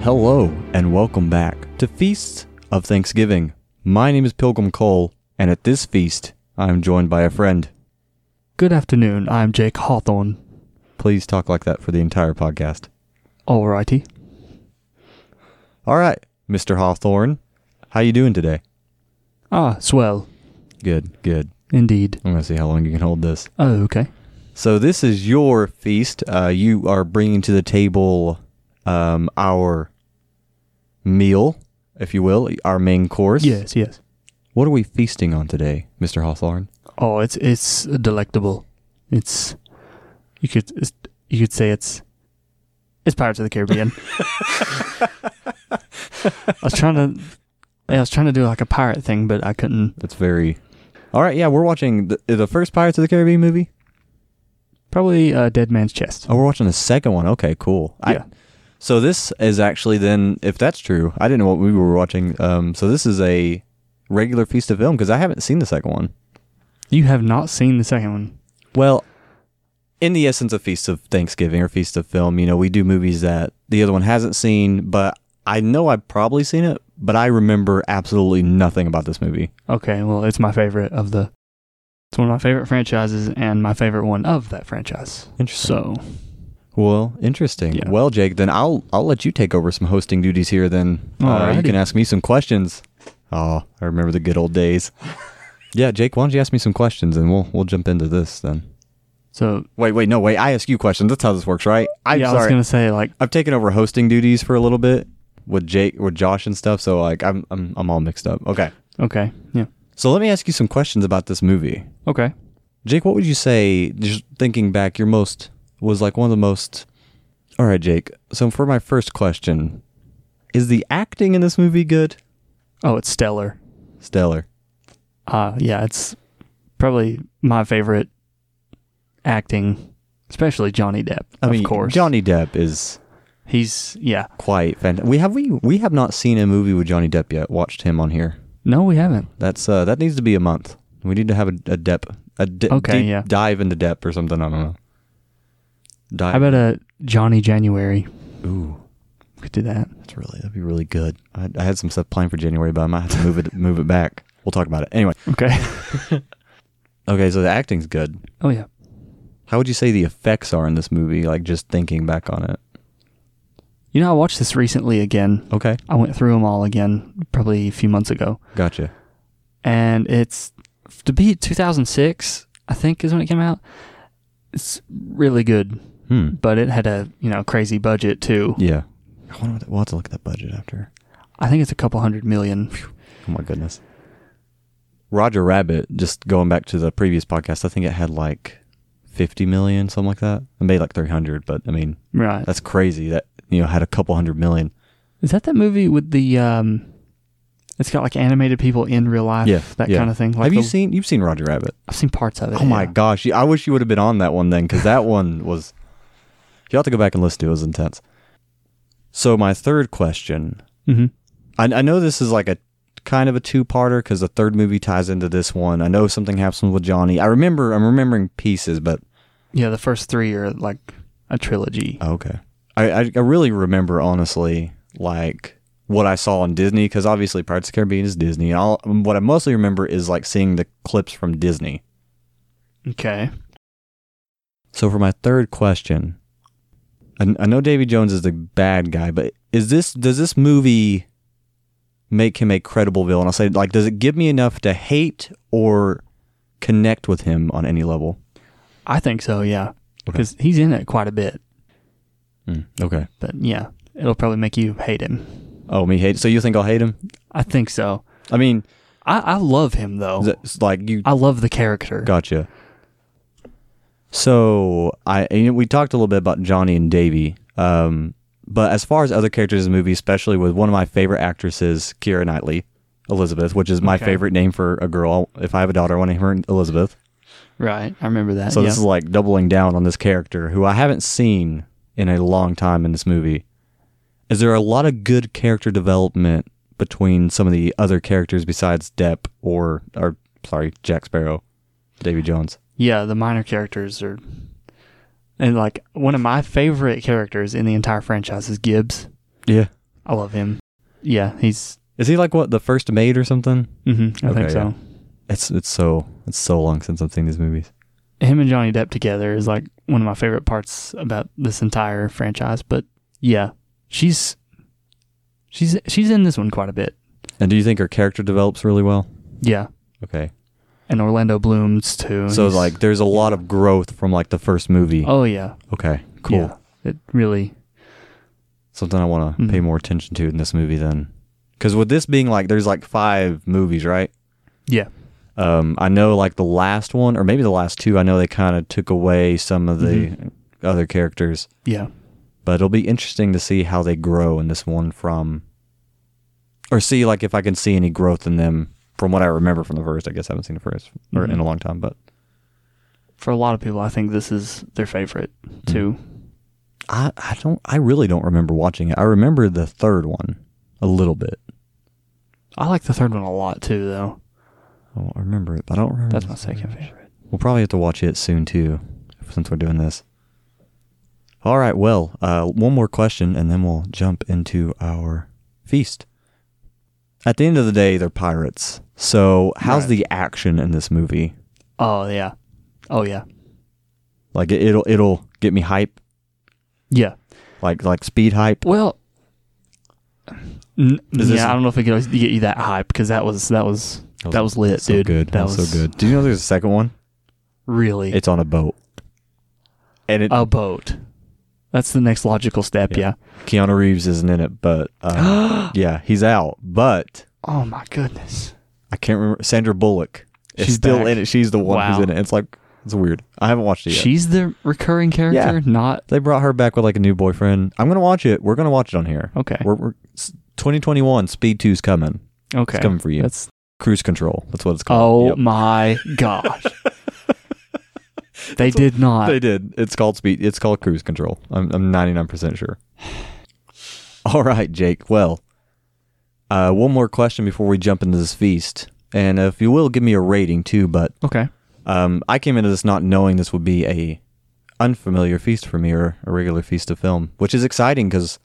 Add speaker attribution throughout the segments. Speaker 1: Hello, and welcome back to Feasts of Thanksgiving. My name is Pilgrim Cole, and at this feast, I am joined by a friend.
Speaker 2: Good afternoon. I'm Jake Hawthorne.
Speaker 1: Please talk like that for the entire podcast.
Speaker 2: Alrighty.
Speaker 1: All right, Mr. Hawthorne, how you doing today?
Speaker 2: Ah, swell.
Speaker 1: Good, good.
Speaker 2: Indeed.
Speaker 1: I'm gonna see how long you can hold this.
Speaker 2: Oh, okay.
Speaker 1: So this is your feast. Uh, you are bringing to the table um, our meal, if you will, our main course.
Speaker 2: Yes, yes.
Speaker 1: What are we feasting on today, Mr. Hawthorne?
Speaker 2: Oh, it's it's delectable. It's you could it's, you could say it's it's Pirates of the Caribbean. I was trying to yeah, I was trying to do like a pirate thing, but I couldn't.
Speaker 1: That's very. All right, yeah, we're watching the, the first Pirates of the Caribbean movie.
Speaker 2: Probably uh, Dead Man's Chest.
Speaker 1: Oh, we're watching the second one. Okay, cool. I-
Speaker 2: Yeah.
Speaker 1: so this is actually then, if that's true, I didn't know what movie we were watching. Um, so this is a regular feast of film because I haven't seen the second one.
Speaker 2: You have not seen the second one.
Speaker 1: Well, in the essence of Feast of Thanksgiving or Feast of Film, you know, we do movies that the other one hasn't seen, but I know I've probably seen it, but I remember absolutely nothing about this movie.
Speaker 2: Okay, well, it's my favorite of the. It's one of my favorite franchises and my favorite one of that franchise.
Speaker 1: Interesting.
Speaker 2: So,
Speaker 1: well, interesting.
Speaker 2: Yeah.
Speaker 1: Well, Jake, then I'll I'll let you take over some hosting duties here. Then uh, you
Speaker 2: Alrighty.
Speaker 1: can ask me some questions. Oh, I remember the good old days. yeah, Jake, why don't you ask me some questions and we'll we'll jump into this then.
Speaker 2: so
Speaker 1: Wait, wait, no, wait. I ask you questions. That's how this works, right? I'm
Speaker 2: yeah, I was
Speaker 1: sorry.
Speaker 2: gonna say like
Speaker 1: I've taken over hosting duties for a little bit with Jake with Josh and stuff, so like I'm I'm I'm all mixed up. Okay.
Speaker 2: okay, yeah,
Speaker 1: So let me ask you some questions about this movie.
Speaker 2: okay.
Speaker 1: Jake, what would you say just thinking back your most was like one of the most All right, Jake. So for my first question, is the acting in this movie good?
Speaker 2: Oh, it's stellar.
Speaker 1: Stellar.
Speaker 2: Uh yeah, it's probably my favorite acting, especially Johnny Depp.
Speaker 1: I
Speaker 2: of
Speaker 1: mean,
Speaker 2: course,
Speaker 1: Johnny Depp is
Speaker 2: He's yeah.
Speaker 1: quite fantastic. We have we we have not seen a movie with Johnny Depp yet. Watched him on here.
Speaker 2: No, we haven't.
Speaker 1: That's uh that needs to be a month. We need to have a, a Depp a de-
Speaker 2: Okay,
Speaker 1: deep
Speaker 2: yeah.
Speaker 1: dive into Depp or something. I don't know. Dive.
Speaker 2: How about a Johnny January?
Speaker 1: Ooh,
Speaker 2: We could do that.
Speaker 1: that's really that'd be really good. I, I had some stuff planned for January, but I might have to move it move it back. We'll talk about it anyway.
Speaker 2: Okay.
Speaker 1: Okay, so the acting's good.
Speaker 2: oh yeah.
Speaker 1: How would you say the effects are in this movie? Like just thinking back on it.
Speaker 2: You know, I watched this recently again.
Speaker 1: Okay,
Speaker 2: I went through them all again, probably a few months ago.
Speaker 1: gotcha.
Speaker 2: and it's to be 2006 i think is when it came out it's really good
Speaker 1: Hmm.
Speaker 2: but it had a you know crazy budget too
Speaker 1: Yeah. I wonder what that, we'll have to look at that budget after.
Speaker 2: i think it's a couple hundred million
Speaker 1: Oh my goodness. Roger Rabbit, just going back to the previous podcast, I think it had like 50 million, something like that. It made like 300, but I mean,
Speaker 2: right
Speaker 1: that's crazy that, you know, had a couple hundred million.
Speaker 2: is that that movie with the um it's got like animated people in real life
Speaker 1: Yeah,
Speaker 2: that
Speaker 1: yeah.
Speaker 2: kind of thing like
Speaker 1: Have you
Speaker 2: the-
Speaker 1: seen, you've seen Roger Rabbit?
Speaker 2: i've seen parts of it
Speaker 1: Oh my
Speaker 2: yeah.
Speaker 1: gosh. I wish you would have been on that one then because that one was, you have to go back and listen to it. It was intense. So, my third question
Speaker 2: Mhm.
Speaker 1: I, I know this is like a kind of a two-parter because the third movie ties into this one. I know something happens with Johnny. I remember. I'm remembering pieces, but
Speaker 2: yeah the first three are like a trilogy
Speaker 1: oh, okay. I, I I really remember honestly like what I saw on Disney because obviously Pirates of the Caribbean is Disney. And all what I mostly remember is like seeing the clips from Disney.
Speaker 2: okay
Speaker 1: So for my third question, I, I know Davy Jones is the bad guy, but is this does this movie make him a credible villain? I'll say like, does it give me enough to hate or connect with him on any level?
Speaker 2: i think so yeah
Speaker 1: Okay.
Speaker 2: because he's in it quite a bit
Speaker 1: okay.
Speaker 2: but yeah it'll probably make you hate him
Speaker 1: Oh, me hate. So you think I'll hate him?
Speaker 2: i think so
Speaker 1: I mean,
Speaker 2: I, I love him though.
Speaker 1: th- it's like you
Speaker 2: I love the character.
Speaker 1: gotcha. So I and we talked a little bit about Johnny and Davy. Um, but as far as other characters in the movie, especially with one of my favorite actresses, Kira Knightley, Elizabeth, which is my
Speaker 2: Okay.
Speaker 1: favorite name for a girl. If I have a daughter, I want to name her Elizabeth.
Speaker 2: Right. I remember that.
Speaker 1: So
Speaker 2: yeah.
Speaker 1: this is like doubling down on this character who I haven't seen in a long time in this movie. Is there a lot of good character development between some of the other characters besides Depp or or sorry, Jack Sparrow, Davy Jones?
Speaker 2: yeah, the minor characters are and like one of my favorite characters in the entire franchise is Gibbs.
Speaker 1: Yeah.
Speaker 2: I love him. Yeah, he's.
Speaker 1: Is he like what the first mate or something?
Speaker 2: Mm-hmm, I
Speaker 1: Okay,
Speaker 2: think so.
Speaker 1: It's it's so it's so long since I've seen these movies.
Speaker 2: Him and Johnny Depp together is like one of my favorite parts about this entire franchise. But yeah, she's she's she's in this one quite a bit.
Speaker 1: And do you think her character develops really well?
Speaker 2: Yeah,
Speaker 1: Okay.
Speaker 2: and Orlando Bloom's too.
Speaker 1: So
Speaker 2: He's-
Speaker 1: like there's a lot of growth from like the first movie.
Speaker 2: oh yeah,
Speaker 1: Okay. Cool.
Speaker 2: yeah. It really
Speaker 1: Something I want to
Speaker 2: Mhm.
Speaker 1: pay more attention to in this movie then. Cuz with this being like there's like 5 movies, right?
Speaker 2: yeah
Speaker 1: Um I know like the last one or maybe the last two, I know they kind of took away some of the
Speaker 2: Mm-hmm.
Speaker 1: other characters,
Speaker 2: yeah
Speaker 1: but it'll be interesting to see how they grow in this one from or see like if I can see any growth in them from what I remember from the first. I guess I haven't seen the 1st or in
Speaker 2: Mhm.
Speaker 1: a long time, but
Speaker 2: for a lot of people, I think this is their favorite
Speaker 1: Mm-hmm.
Speaker 2: too.
Speaker 1: I, I don't I really don't remember watching it. I remember the third one a little bit.
Speaker 2: I like the third one a lot too, though.
Speaker 1: I don't remember it, but I don't remember.
Speaker 2: That's
Speaker 1: the
Speaker 2: my
Speaker 1: third
Speaker 2: second
Speaker 1: one.
Speaker 2: favorite.
Speaker 1: We'll probably have to watch it soon too, since we're doing this. All right. Well, uh, one more question, and then we'll jump into our feast. At the end of the day, they're pirates. So, how's
Speaker 2: Right.
Speaker 1: the action in this movie?
Speaker 2: Oh yeah, oh yeah,
Speaker 1: Like it, it'll it'll get me hype,
Speaker 2: yeah.
Speaker 1: like like speed hype.
Speaker 2: Well, n- yeah,
Speaker 1: Is this-
Speaker 2: I don't know if it could always get you that hype because that was that was
Speaker 1: That was
Speaker 2: that was lit,
Speaker 1: so
Speaker 2: dude.
Speaker 1: good.
Speaker 2: That was
Speaker 1: so good. Do you know there's a second one?
Speaker 2: Really,
Speaker 1: It's on a boat, and it
Speaker 2: a boat. That's the next logical step.
Speaker 1: Yeah.
Speaker 2: Yeah.
Speaker 1: Keanu Reeves isn't in it, but um, yeah, he's out. But
Speaker 2: Oh my goodness.
Speaker 1: I can't remember Sandra Bullock. is
Speaker 2: She's
Speaker 1: still
Speaker 2: back.
Speaker 1: in it. She's the one who's
Speaker 2: Wow.
Speaker 1: in it. It's like it's weird. I haven't watched it yet.
Speaker 2: She's the recurring character, not
Speaker 1: they brought her back with like a new boyfriend. I'm gonna watch it. We're gonna watch it on here.
Speaker 2: okay.
Speaker 1: We're, we're s- 2021 Speed 2's coming.
Speaker 2: okay.
Speaker 1: It's coming for you.
Speaker 2: That's
Speaker 1: Cruise Control. That's what it's
Speaker 2: oh
Speaker 1: called. Yep.
Speaker 2: my gosh. they did not.
Speaker 1: They did. It's called Speed. It's called Cruise Control. I'm I'm 99% sure. All right, Jake. Well, uh, one more question before we jump into this feast, and if you will, give me a rating too. But
Speaker 2: okay.
Speaker 1: Um, I came into this not knowing this would be a unfamiliar feast for me or a regular feast of film, which is exciting because,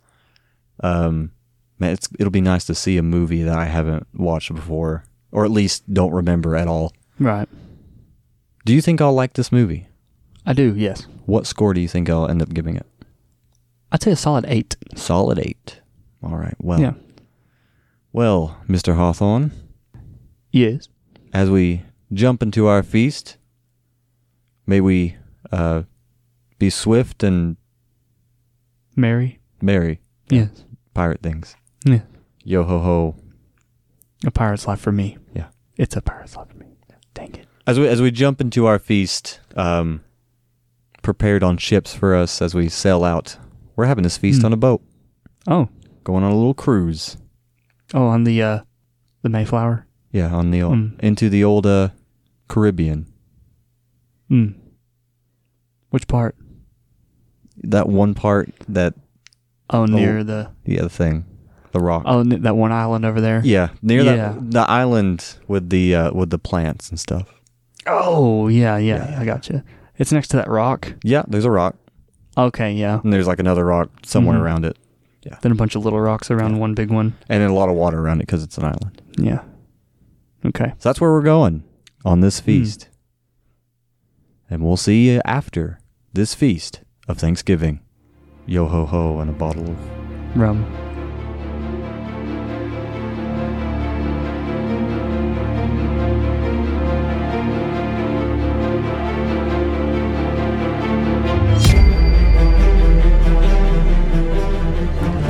Speaker 1: um, man, it's it'll be nice to see a movie that I haven't watched before or at least don't remember at all.
Speaker 2: Right.
Speaker 1: Do you think I'll like this movie?
Speaker 2: I do. Yes.
Speaker 1: What score do you think I'll end up giving it?
Speaker 2: I'd say a solid eight.
Speaker 1: Solid eight. All right. Well.
Speaker 2: Yeah.
Speaker 1: Well, Mr. Hawthorne,
Speaker 2: Yes.
Speaker 1: as we jump into our feast, may we uh, be swift and
Speaker 2: Mary.
Speaker 1: merry.
Speaker 2: Yes.
Speaker 1: pirate things.
Speaker 2: Yeah.
Speaker 1: Yo ho ho.
Speaker 2: A pirate's life for me.
Speaker 1: Yeah.
Speaker 2: It's a pirate's life for me. Dang it.
Speaker 1: As we as we jump into our feast, um, prepared on ships for us as we sail out. We're having this feast
Speaker 2: Hmm.
Speaker 1: on a boat,
Speaker 2: Oh.
Speaker 1: going on a little cruise.
Speaker 2: Oh, on the uh the Mayflower.
Speaker 1: Yeah, on the old,
Speaker 2: Hmm.
Speaker 1: into the old uh, Caribbean.
Speaker 2: Mm. Which part?
Speaker 1: That one part that
Speaker 2: Oh, near the
Speaker 1: yeah the thing, the rock.
Speaker 2: oh n- that one island over there.
Speaker 1: Yeah, near
Speaker 2: Yeah.
Speaker 1: that the island with the uh, with the plants and stuff.
Speaker 2: Oh, yeah, yeah,
Speaker 1: Yeah,
Speaker 2: I gotcha. It's next to that rock.
Speaker 1: Yeah, there's a rock,
Speaker 2: Okay, yeah.
Speaker 1: and there's like another rock somewhere
Speaker 2: Mhm.
Speaker 1: around it,
Speaker 2: Then a bunch of little rocks around one big one.
Speaker 1: and then a lot of water around it because it's an island.
Speaker 2: Yeah. Okay.
Speaker 1: So that's where we're going on this feast. And we'll see you after this feast of Thanksgiving. Yo ho ho and a bottle of
Speaker 2: Rum.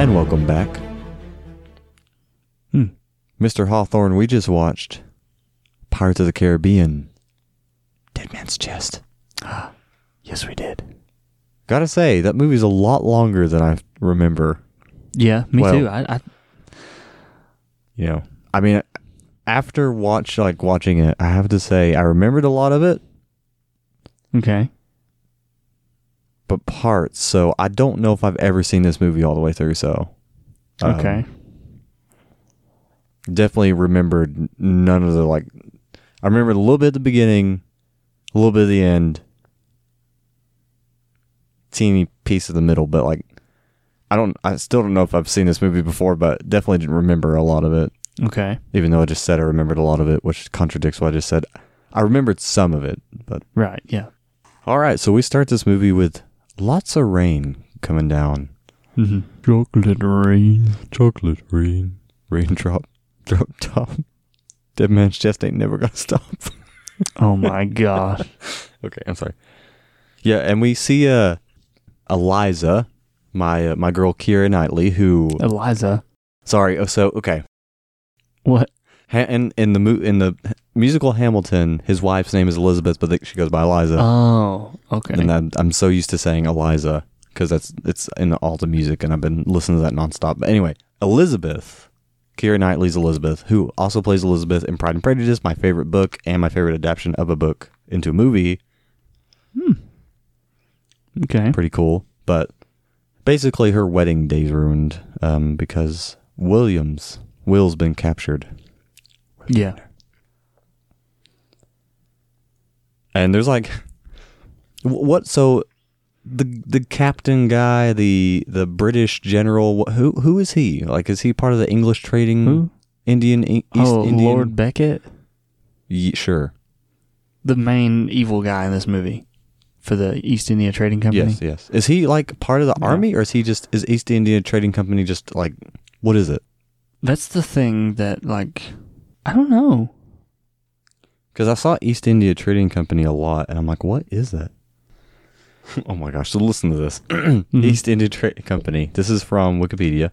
Speaker 1: And welcome back.
Speaker 2: Hmm.
Speaker 1: Mr. Hawthorne, we just watched Pirates of the Caribbean. Dead Man's Chest.
Speaker 2: Yes, we did.
Speaker 1: Gotta say, that movie's a lot longer than I remember.
Speaker 2: Yeah, me
Speaker 1: Well-
Speaker 2: too. I, I
Speaker 1: You know. I mean after watch like watching it, I have to say I remembered a lot of it,
Speaker 2: okay.
Speaker 1: but parts. So I don't know if I've ever seen this movie all the way through. So um,
Speaker 2: Okay.
Speaker 1: definitely remembered n- none of the like. I remembered a little bit at the beginning, a little bit at the end, teeny piece of the middle, but like I don't. I still don't know if I've seen this movie before, but definitely didn't remember a lot of it.
Speaker 2: Okay.
Speaker 1: Even though I just said I remembered a lot of it, which contradicts what I just said. I remembered some of it, but
Speaker 2: Right. Yeah.
Speaker 1: all right. So we start this movie with lots of rain coming down.
Speaker 2: Mm-hmm. Chocolate rain.
Speaker 1: Chocolate rain, raindrop, drop top. Dead man's chest ain't never gonna stop.
Speaker 2: Oh my gosh.
Speaker 1: Okay, I'm sorry. Yeah, and we see uh, Eliza, my uh, my girl Kira Knightley, who
Speaker 2: Oh. Eliza.
Speaker 1: sorry. Oh, so okay.
Speaker 2: What?
Speaker 1: Ha- in in the mo- in the musical Hamilton, his wife's name is Elizabeth, but they- she goes by Eliza.
Speaker 2: Oh. Okay.
Speaker 1: and I'm, I'm so used to saying Eliza because that's it's in all the music, and I've been listening to that nonstop. But anyway, Elizabeth, Kira Knightley's Elizabeth, who also plays Elizabeth in Pride and Prejudice, my favorite book and my favorite adaptation of a book into a movie.
Speaker 2: okay.
Speaker 1: pretty cool. But basically, her wedding day's ruined um, because Williams, Will's been captured.
Speaker 2: Yeah.
Speaker 1: And there's like, wh- what? So the the captain guy, the the British general, wh- who who is he? Like, is he part of the English trading?
Speaker 2: Who?
Speaker 1: Indian E- East
Speaker 2: oh,
Speaker 1: Indian?
Speaker 2: Lord Beckett,
Speaker 1: Ye- sure.
Speaker 2: the main evil guy in this movie for the East India Trading Company.
Speaker 1: Yes, yes. Is he like part of the army, or is he just is East India Trading Company just like what is it?
Speaker 2: That's the thing that like I don't know.
Speaker 1: Because I saw East India Trading Company a lot, and I'm like, what is that? oh my gosh! So listen to this: East India Trading Company. This is from Wikipedia.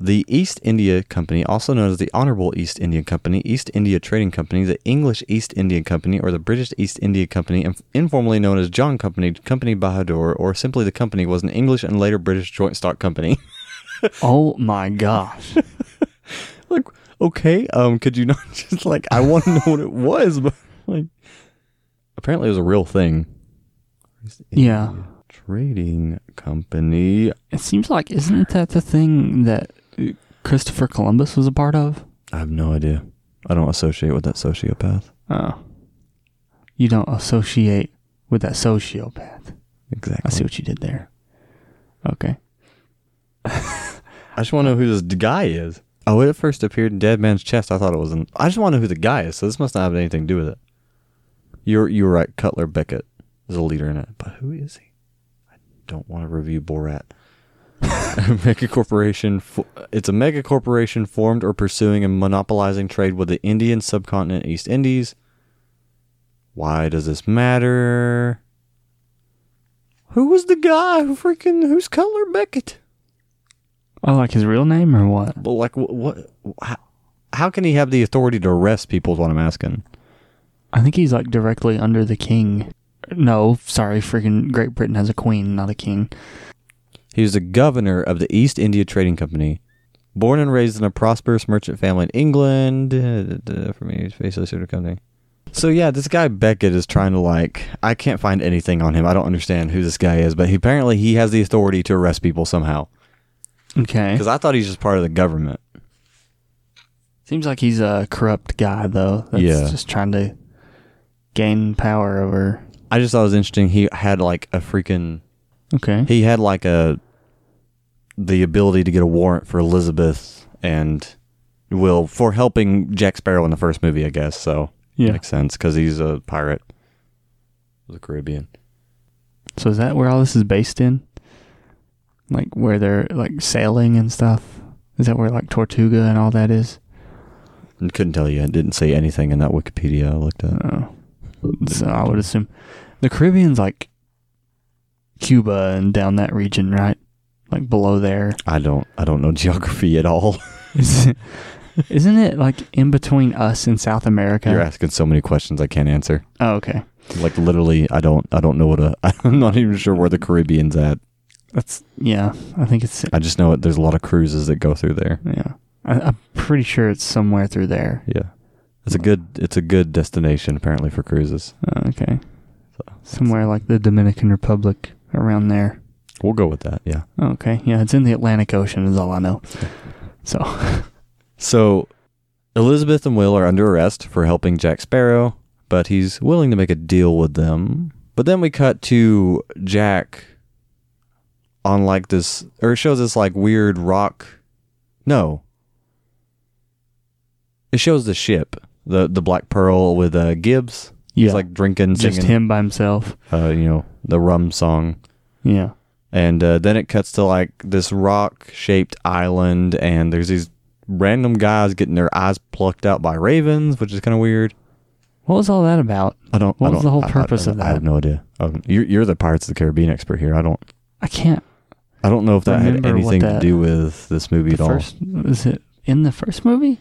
Speaker 1: The East India Company, also known as the Honorable East India Company, East India Trading Company, the English East India Company, or the British East India Company, inf- informally known as John Company, Company Bahadur, or simply the Company, was an English and later British joint stock company.
Speaker 2: Oh my gosh.
Speaker 1: like, okay, um, could you not just like I want to know what it was, but like, apparently it was a real thing.
Speaker 2: yeah.
Speaker 1: Trading company.
Speaker 2: It seems like isn't that the thing that uh, Christopher Columbus was a part of?
Speaker 1: I have no idea. I don't associate with that sociopath.
Speaker 2: Oh. You don't associate with that sociopath.
Speaker 1: Exactly.
Speaker 2: I see what you did there. Okay.
Speaker 1: I just want to know who this d- guy is. Oh, it first appeared in Dead Man's Chest. I thought it was an. I just want to know who the guy is. So this must not have anything to do with it. You're you're right. Cutler Beckett is a leader in it, but who is he? I don't want to review Borat. mega corporation. Fo- it's a mega corporation formed or pursuing and monopolizing trade with the Indian subcontinent, East Indies. Why does this matter? Who was the guy who freaking who's Cutler Beckett?
Speaker 2: Oh, like his real name or what?
Speaker 1: But like, what? what how, how can he have the authority to arrest people? Is what I'm asking.
Speaker 2: I think he's like directly under the king. No, sorry, freaking Great Britain has a queen, not a king.
Speaker 1: He was the governor of the East India Trading Company. Born and raised in a prosperous merchant family in England, uh, for me, he's faceless suitor company. So yeah, this guy Beckett is trying to like. I can't find anything on him. I don't understand who this guy is, but he, apparently he has the authority to arrest people somehow.
Speaker 2: Okay.
Speaker 1: Because I thought he's just part of the government.
Speaker 2: Seems like he's a corrupt guy, though. That's
Speaker 1: Yeah.
Speaker 2: just trying to gain power over.
Speaker 1: I just thought it was interesting. He had like a freaking
Speaker 2: Okay.
Speaker 1: he had like a the ability to get a warrant for Elizabeth and Will for helping Jack Sparrow in the first movie, I guess. So
Speaker 2: Yeah.
Speaker 1: makes sense because he's a pirate, of the Caribbean.
Speaker 2: So is that where all this is based in? Like where they're like sailing and stuff? Is that where like Tortuga and all that is?
Speaker 1: And couldn't tell you. It didn't say anything in that Wikipedia I looked at.
Speaker 2: Oh. So I would assume the Caribbean's like Cuba and down that region, right? Like below there.
Speaker 1: I don't. I don't know geography at all.
Speaker 2: Isn't it like in between us and South America?
Speaker 1: You're asking so many questions I can't answer.
Speaker 2: Oh, okay.
Speaker 1: Like literally, I don't. I don't know what a. I'm not even sure where the Caribbean's at.
Speaker 2: That's yeah. I think it's
Speaker 1: I just know it. There's a lot of cruises that go through there.
Speaker 2: yeah. I, I'm pretty sure it's somewhere through there.
Speaker 1: Yeah, it's a good. It's a good destination apparently for cruises.
Speaker 2: Oh, okay. Somewhere like the Dominican Republic around there.
Speaker 1: We'll go with that. Yeah.
Speaker 2: Okay. Yeah, it's in the Atlantic Ocean is all I know.
Speaker 1: So Elizabeth and Will are under arrest for helping Jack Sparrow, but he's willing to make a deal with them. But then we cut to Jack on like this, or it shows this like weird rock. No, it shows the ship, the the Black Pearl with uh, Gibbs.
Speaker 2: Yeah,
Speaker 1: He's like drinking,
Speaker 2: just
Speaker 1: singing,
Speaker 2: him by himself.
Speaker 1: Uh, you know, the rum song.
Speaker 2: Yeah,
Speaker 1: And uh, then it cuts to like this rock shaped island, and there's these random guys getting their eyes plucked out by ravens, which is kind of weird.
Speaker 2: what was all that about?
Speaker 1: I don't.
Speaker 2: What
Speaker 1: I
Speaker 2: was
Speaker 1: don't-
Speaker 2: the whole
Speaker 1: I- I-
Speaker 2: purpose
Speaker 1: I,
Speaker 2: of
Speaker 1: I have
Speaker 2: that?
Speaker 1: no idea. Um, you're, you're the Pirates of the Caribbean expert here. I don't.
Speaker 2: I can't.
Speaker 1: I don't know if that had
Speaker 2: Remember what
Speaker 1: anything to
Speaker 2: that-
Speaker 1: do with this movie
Speaker 2: The
Speaker 1: at all.
Speaker 2: first was it in the first movie?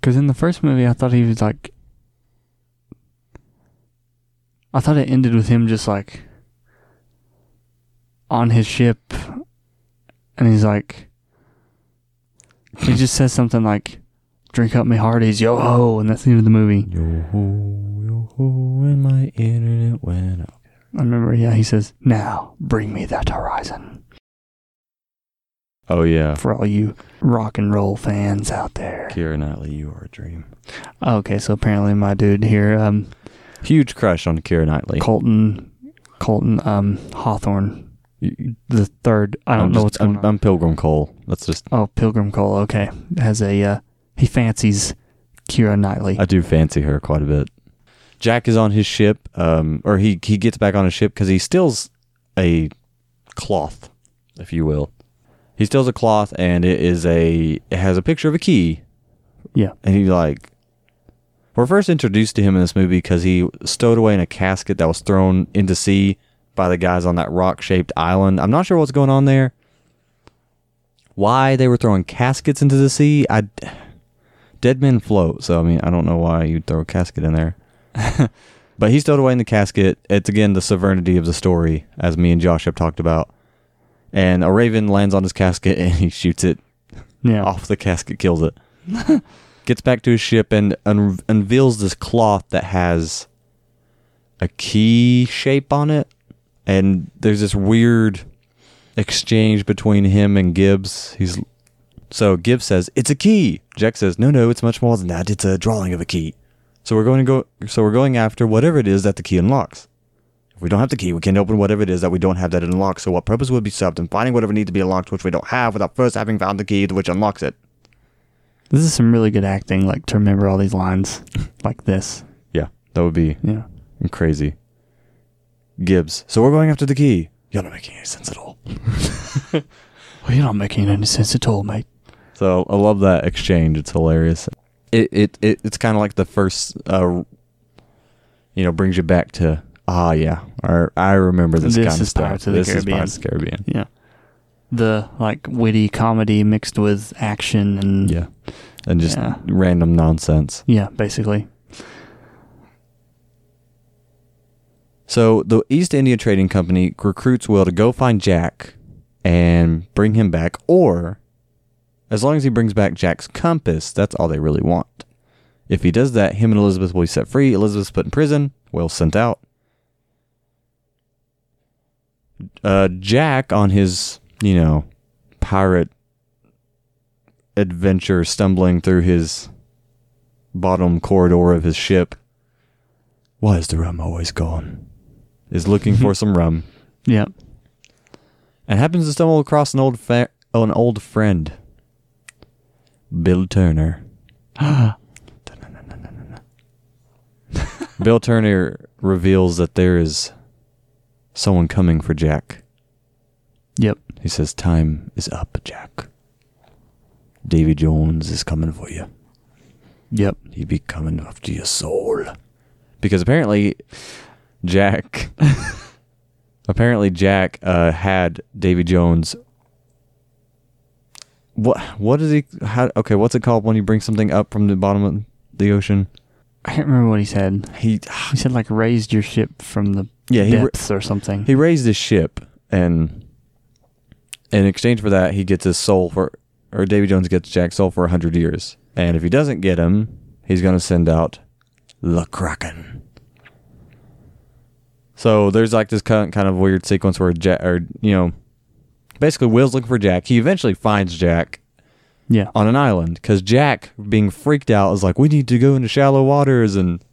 Speaker 2: Because in the first movie, I thought he was like, I thought it ended with him just like on his ship, and he's like, he just says something like, "Drink up, me hearties, yo ho," and that's the end of the movie.
Speaker 1: Yo ho, yo ho, and my internet went out.
Speaker 2: I remember, yeah, he says, "Now bring me that horizon."
Speaker 1: Oh yeah,
Speaker 2: For all you rock and roll fans out there.
Speaker 1: Keira Knightley, you are a dream.
Speaker 2: Oh, Okay, so apparently my dude here, um,
Speaker 1: Huge crush on Keira Knightley.
Speaker 2: Colton, Colton um, Hawthorne,
Speaker 1: You-
Speaker 2: the third. I don't
Speaker 1: I'm
Speaker 2: know
Speaker 1: just-
Speaker 2: what's going
Speaker 1: I'm,
Speaker 2: on.
Speaker 1: I'm Pilgrim Cole. That's just.
Speaker 2: Oh, Pilgrim Cole. Okay, has a uh, he fancies Kira Knightley.
Speaker 1: I do fancy her quite a bit. Jack is on his ship, um, or he he gets back on his ship because he steals a cloth, if you will. He steals a cloth, and it is a it has a picture of a key.
Speaker 2: Yeah.
Speaker 1: and he like we're first introduced to him in this movie because he stowed away in a casket that was thrown into sea by the guys on that rock shaped island. I'm not sure what's going on there. Why they were throwing caskets into the sea? I dead men float, so I mean I don't know why you'd throw a casket in there. but he stowed away in the casket. It's again the sovereignty of the story, as me and Josh have talked about. And a raven lands on his casket and he shoots it
Speaker 2: yeah,
Speaker 1: off the casket, kills it. Gets back to his ship and un- unveils this cloth that has a key shape on it. And there's this weird exchange between him and Gibbs. He's so Gibbs says it's a key. Jack says no, no, it's much more than that. It's a drawing of a key. So we're going to go. So we're going after whatever it is that the key unlocks. If we don't have the key, we can't open whatever it is that we don't have that it unlocks. So what purpose would be served in finding whatever needs to be unlocked, which we don't have, without first having found the key to which unlocks it?
Speaker 2: this is some really good acting. Like to remember all these lines like this.
Speaker 1: Yeah, that would be
Speaker 2: Yeah,
Speaker 1: crazy. Gibbs. So we're going after the key. You're not making any sense at all.
Speaker 2: well, you're not making any sense at all, mate.
Speaker 1: So I love that exchange. It's hilarious. It it, it it's kind of like the first, uh, you know, brings you back to ah yeah, or I remember this,
Speaker 2: This
Speaker 1: kind of
Speaker 2: is
Speaker 1: stuff.
Speaker 2: Pirates of the
Speaker 1: this
Speaker 2: Caribbean.
Speaker 1: is Pirates of the Caribbean.
Speaker 2: Yeah, the like witty comedy mixed with action and
Speaker 1: Yeah, and just
Speaker 2: Mm. Yeah.
Speaker 1: random nonsense.
Speaker 2: yeah, basically.
Speaker 1: So the East India Trading Company recruits Will to go find Jack and bring him back, or as long as he brings back Jack's compass, that's all they really want. If he does that, him and Elizabeth will be set free. Elizabeth's put in prison. Will sent out. Uh, Jack on his, you know, pirate adventure, stumbling through his bottom corridor of his ship. Why is the rum always gone? Is looking for some rum
Speaker 2: Yeah,
Speaker 1: and happens to stumble across an old fa- an old friend, Bill Turner. Bill Turner reveals that there is someone coming for Jack.
Speaker 2: yep.
Speaker 1: He says, "Time is up, Jack. Davy Jones is coming for you.
Speaker 2: Yep.
Speaker 1: He be coming after your soul." Because apparently, Jack, apparently Jack uh, had Davy Jones. What what is he? How okay? What's it called when you bring something up from the bottom of the ocean?
Speaker 2: I can't remember what he said.
Speaker 1: He
Speaker 2: He said like raised your ship from the
Speaker 1: yeah he ra-
Speaker 2: depths or something.
Speaker 1: he raised his ship and in exchange for that he gets his soul for or Davy Jones gets Jack's soul for hundred years. And if he doesn't get him, he's gonna send out the Kraken. So there's like this kind kind of weird sequence where Jack or you know basically Will's looking for Jack. He eventually finds Jack
Speaker 2: yeah.
Speaker 1: on an island because Jack, being freaked out, is like, "We need to go into shallow waters," and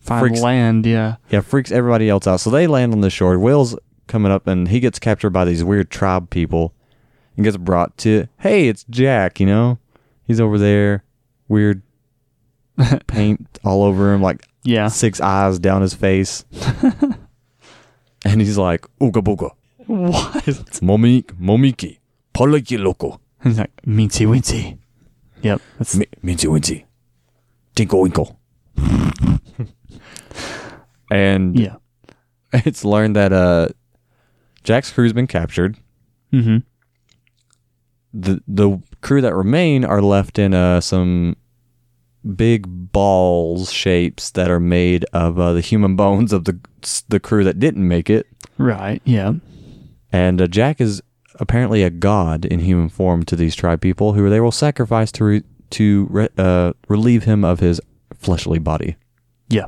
Speaker 2: Find
Speaker 1: freaks-
Speaker 2: land, yeah.
Speaker 1: yeah, freaks everybody else out. So they land on the shore. Will's coming up, and he gets captured by these weird tribe people, and gets brought to. Hey, it's Jack. You know, he's over there. Weird paint all over him, like
Speaker 2: Yeah.
Speaker 1: six eyes down his face. and he's like, Ooga booga,
Speaker 2: What?
Speaker 1: momik, momiki, poliki loko,
Speaker 2: He's like Mincy Wincy. Yep. That's,
Speaker 1: mi- minty winty, tinkle winkle. and
Speaker 2: yeah.
Speaker 1: it's learned that uh, Jack's crew's been captured.
Speaker 2: Mm-hmm.
Speaker 1: The, the crew that remain are left in uh, some big balls shapes that are made of uh, the human bones of the the crew that didn't make it.
Speaker 2: Right. Yeah.
Speaker 1: And uh, Jack is apparently a god in human form to these tribe people, who they will sacrifice to re- to re- uh, relieve him of his fleshly body.
Speaker 2: Yeah.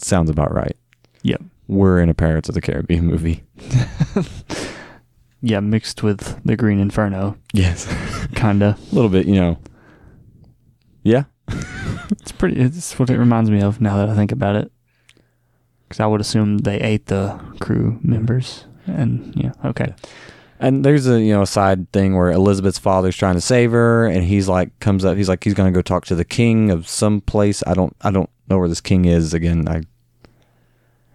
Speaker 1: Sounds about right.
Speaker 2: Yep.
Speaker 1: We're in a Pirates of the Caribbean movie.
Speaker 2: Yeah. Mixed with the Green Inferno,
Speaker 1: Yes,
Speaker 2: kinda.
Speaker 1: a little bit, you know. Yeah,
Speaker 2: It's pretty. It's what it reminds me of now that I think about it. Because I would assume they ate the crew members, and yeah, okay,
Speaker 1: and there's a you know a side thing where Elizabeth's father's trying to save her, and he's like comes up, he's like he's gonna go talk to the king of some place. I don't I don't know where this king is. Again, I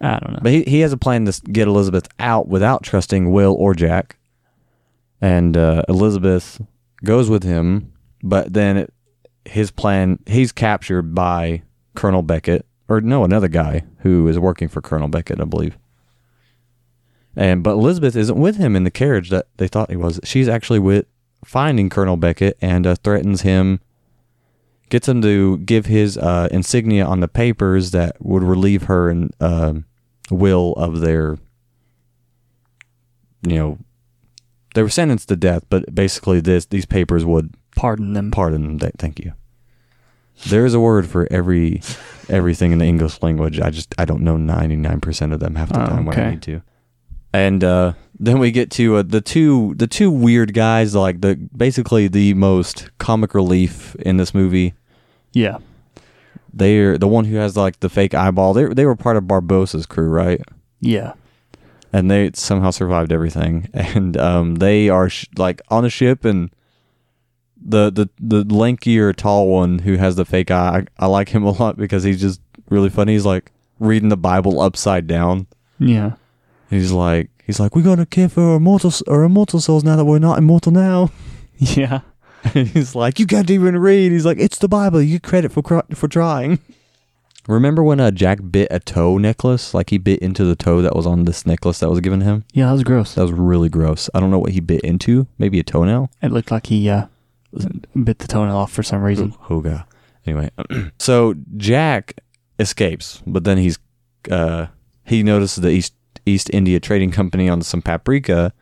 Speaker 2: I don't know.
Speaker 1: But he, he has a plan to s- get Elizabeth out without trusting Will or Jack. And uh, Elizabeth goes with him, but then it, his plan, he's captured by Colonel Beckett, or no, another guy who is working for Colonel Beckett, I believe. And but Elizabeth isn't with him in the carriage that they thought he was. She's actually with finding Colonel Beckett and uh, threatens him, gets him to give his uh, insignia on the papers that would relieve her and um will of their you know they were sentenced to death but basically this these papers would
Speaker 2: Pardon them.
Speaker 1: pardon them Th- thank you there is a word for every everything in the english language i just i don't know 99% of them half the
Speaker 2: Oh,
Speaker 1: time when i
Speaker 2: okay.
Speaker 1: need to and uh then we get to uh, the two the two weird guys like the basically the most comic relief in this movie
Speaker 2: yeah,
Speaker 1: they're the one who has like the fake eyeball they they were part of barbosa's crew right
Speaker 2: yeah,
Speaker 1: and they somehow survived everything. And um, they are sh- like on a ship, and the the the lankier tall one who has the fake eye, I, I like him a lot because he's just really funny. He's like reading the Bible upside down.
Speaker 2: yeah.
Speaker 1: He's like he's like we're gonna care for our mortal s- our immortal souls now that we're not immortal now.
Speaker 2: Yeah.
Speaker 1: And he's like you can't even read. He's like it's the Bible. You get credit for cr- for trying. Remember when uh, Jack bit a toe necklace? Like he bit into the toe that was on this necklace that was given him.
Speaker 2: Yeah, that was gross.
Speaker 1: That was really gross. I don't know what he bit into. Maybe a toenail.
Speaker 2: It looked like he uh, bit the toenail off for some reason.
Speaker 1: Oh god. Anyway, so Jack escapes, but then he's uh, he notices the East East India Trading Company on some paprika.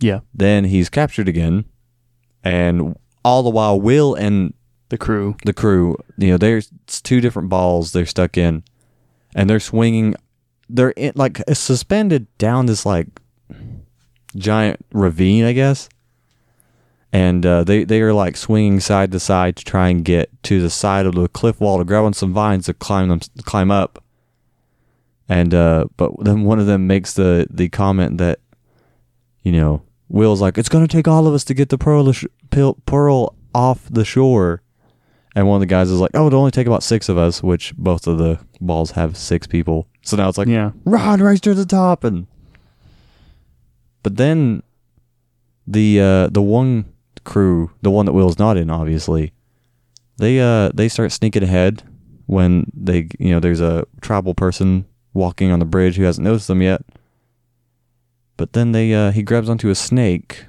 Speaker 2: Yeah,
Speaker 1: Then he's captured again, and all the while Will and
Speaker 2: the crew.
Speaker 1: the crew, you know, there's it's two different balls they're stuck in, and they're swinging. They're in, like suspended down this like giant ravine, I guess. And uh, they they are like swinging side to side to try and get to the side of the cliff wall to grab on some vines to climb them climb up. And uh, but then one of them makes the the comment that, you know, Will's like, it's gonna take all of us to get the pearl ash- pearl- pearl off the shore. And one of the guys is like, "Oh, it'll only take about six of us," which both of the balls have six people. So now it's like,
Speaker 2: Yeah,
Speaker 1: "Run, race to the top!" And but then the uh, the one crew, the one that Will's not in, obviously, they uh they start sneaking ahead when they you know there's a tribal person walking on the bridge who hasn't noticed them yet. But then they uh, he grabs onto a snake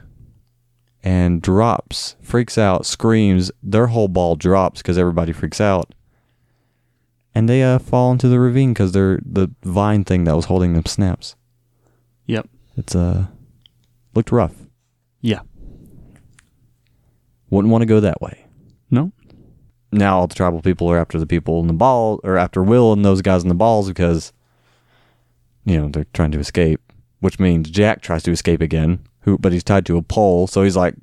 Speaker 1: and drops, freaks out, screams. Their whole ball drops because everybody freaks out. And they uh, fall into the ravine because they're the vine thing that was holding them snaps.
Speaker 2: Yep.
Speaker 1: It's uh looked rough.
Speaker 2: yeah.
Speaker 1: Wouldn't want to go that way.
Speaker 2: No,
Speaker 1: Now all the tribal people are after the people in the ball or after Will and those guys in the balls because you know, they're trying to escape. Which means Jack tries to escape again, who but he's tied to a pole, so he's like